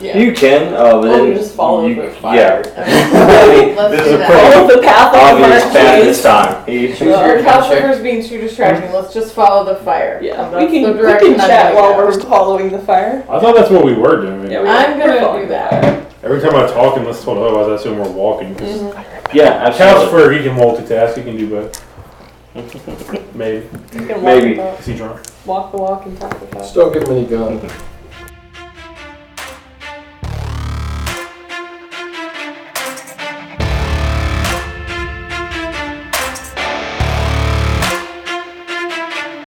Speaker 6: Yeah.
Speaker 1: him. You can, uh, but
Speaker 6: Well,
Speaker 1: then
Speaker 6: we just follow
Speaker 1: you,
Speaker 6: the fire.
Speaker 1: Yeah.
Speaker 4: Okay. Let's
Speaker 1: this
Speaker 4: do
Speaker 1: is a
Speaker 4: that.
Speaker 6: Follow
Speaker 1: pretty
Speaker 6: the path of the
Speaker 1: obvious
Speaker 6: fire,
Speaker 1: path
Speaker 6: please.
Speaker 1: this time. He-
Speaker 4: Our Calcifer's being too distracting. Let's just follow the fire.
Speaker 6: Yeah,
Speaker 4: That's
Speaker 6: we can,
Speaker 4: the
Speaker 6: we
Speaker 4: direction
Speaker 6: can
Speaker 4: I'm
Speaker 6: chat
Speaker 4: gonna
Speaker 6: while
Speaker 4: go.
Speaker 6: we're following the fire.
Speaker 3: I thought that's what we were doing.
Speaker 6: Yeah, we-
Speaker 4: I'm
Speaker 6: We're
Speaker 4: gonna
Speaker 6: following
Speaker 4: do that.
Speaker 3: Every time I talk and listen to what otherwise I assume we're walking. 'cause
Speaker 6: Mm-hmm.
Speaker 1: Yeah,
Speaker 3: Accounts
Speaker 1: absolutely.
Speaker 3: for he can multitask. He can do both. Maybe.
Speaker 6: You can walk,
Speaker 1: Maybe.
Speaker 6: The,
Speaker 3: Is he drunk?
Speaker 6: walk the walk and talk the talk.
Speaker 5: Just don't give him any gun.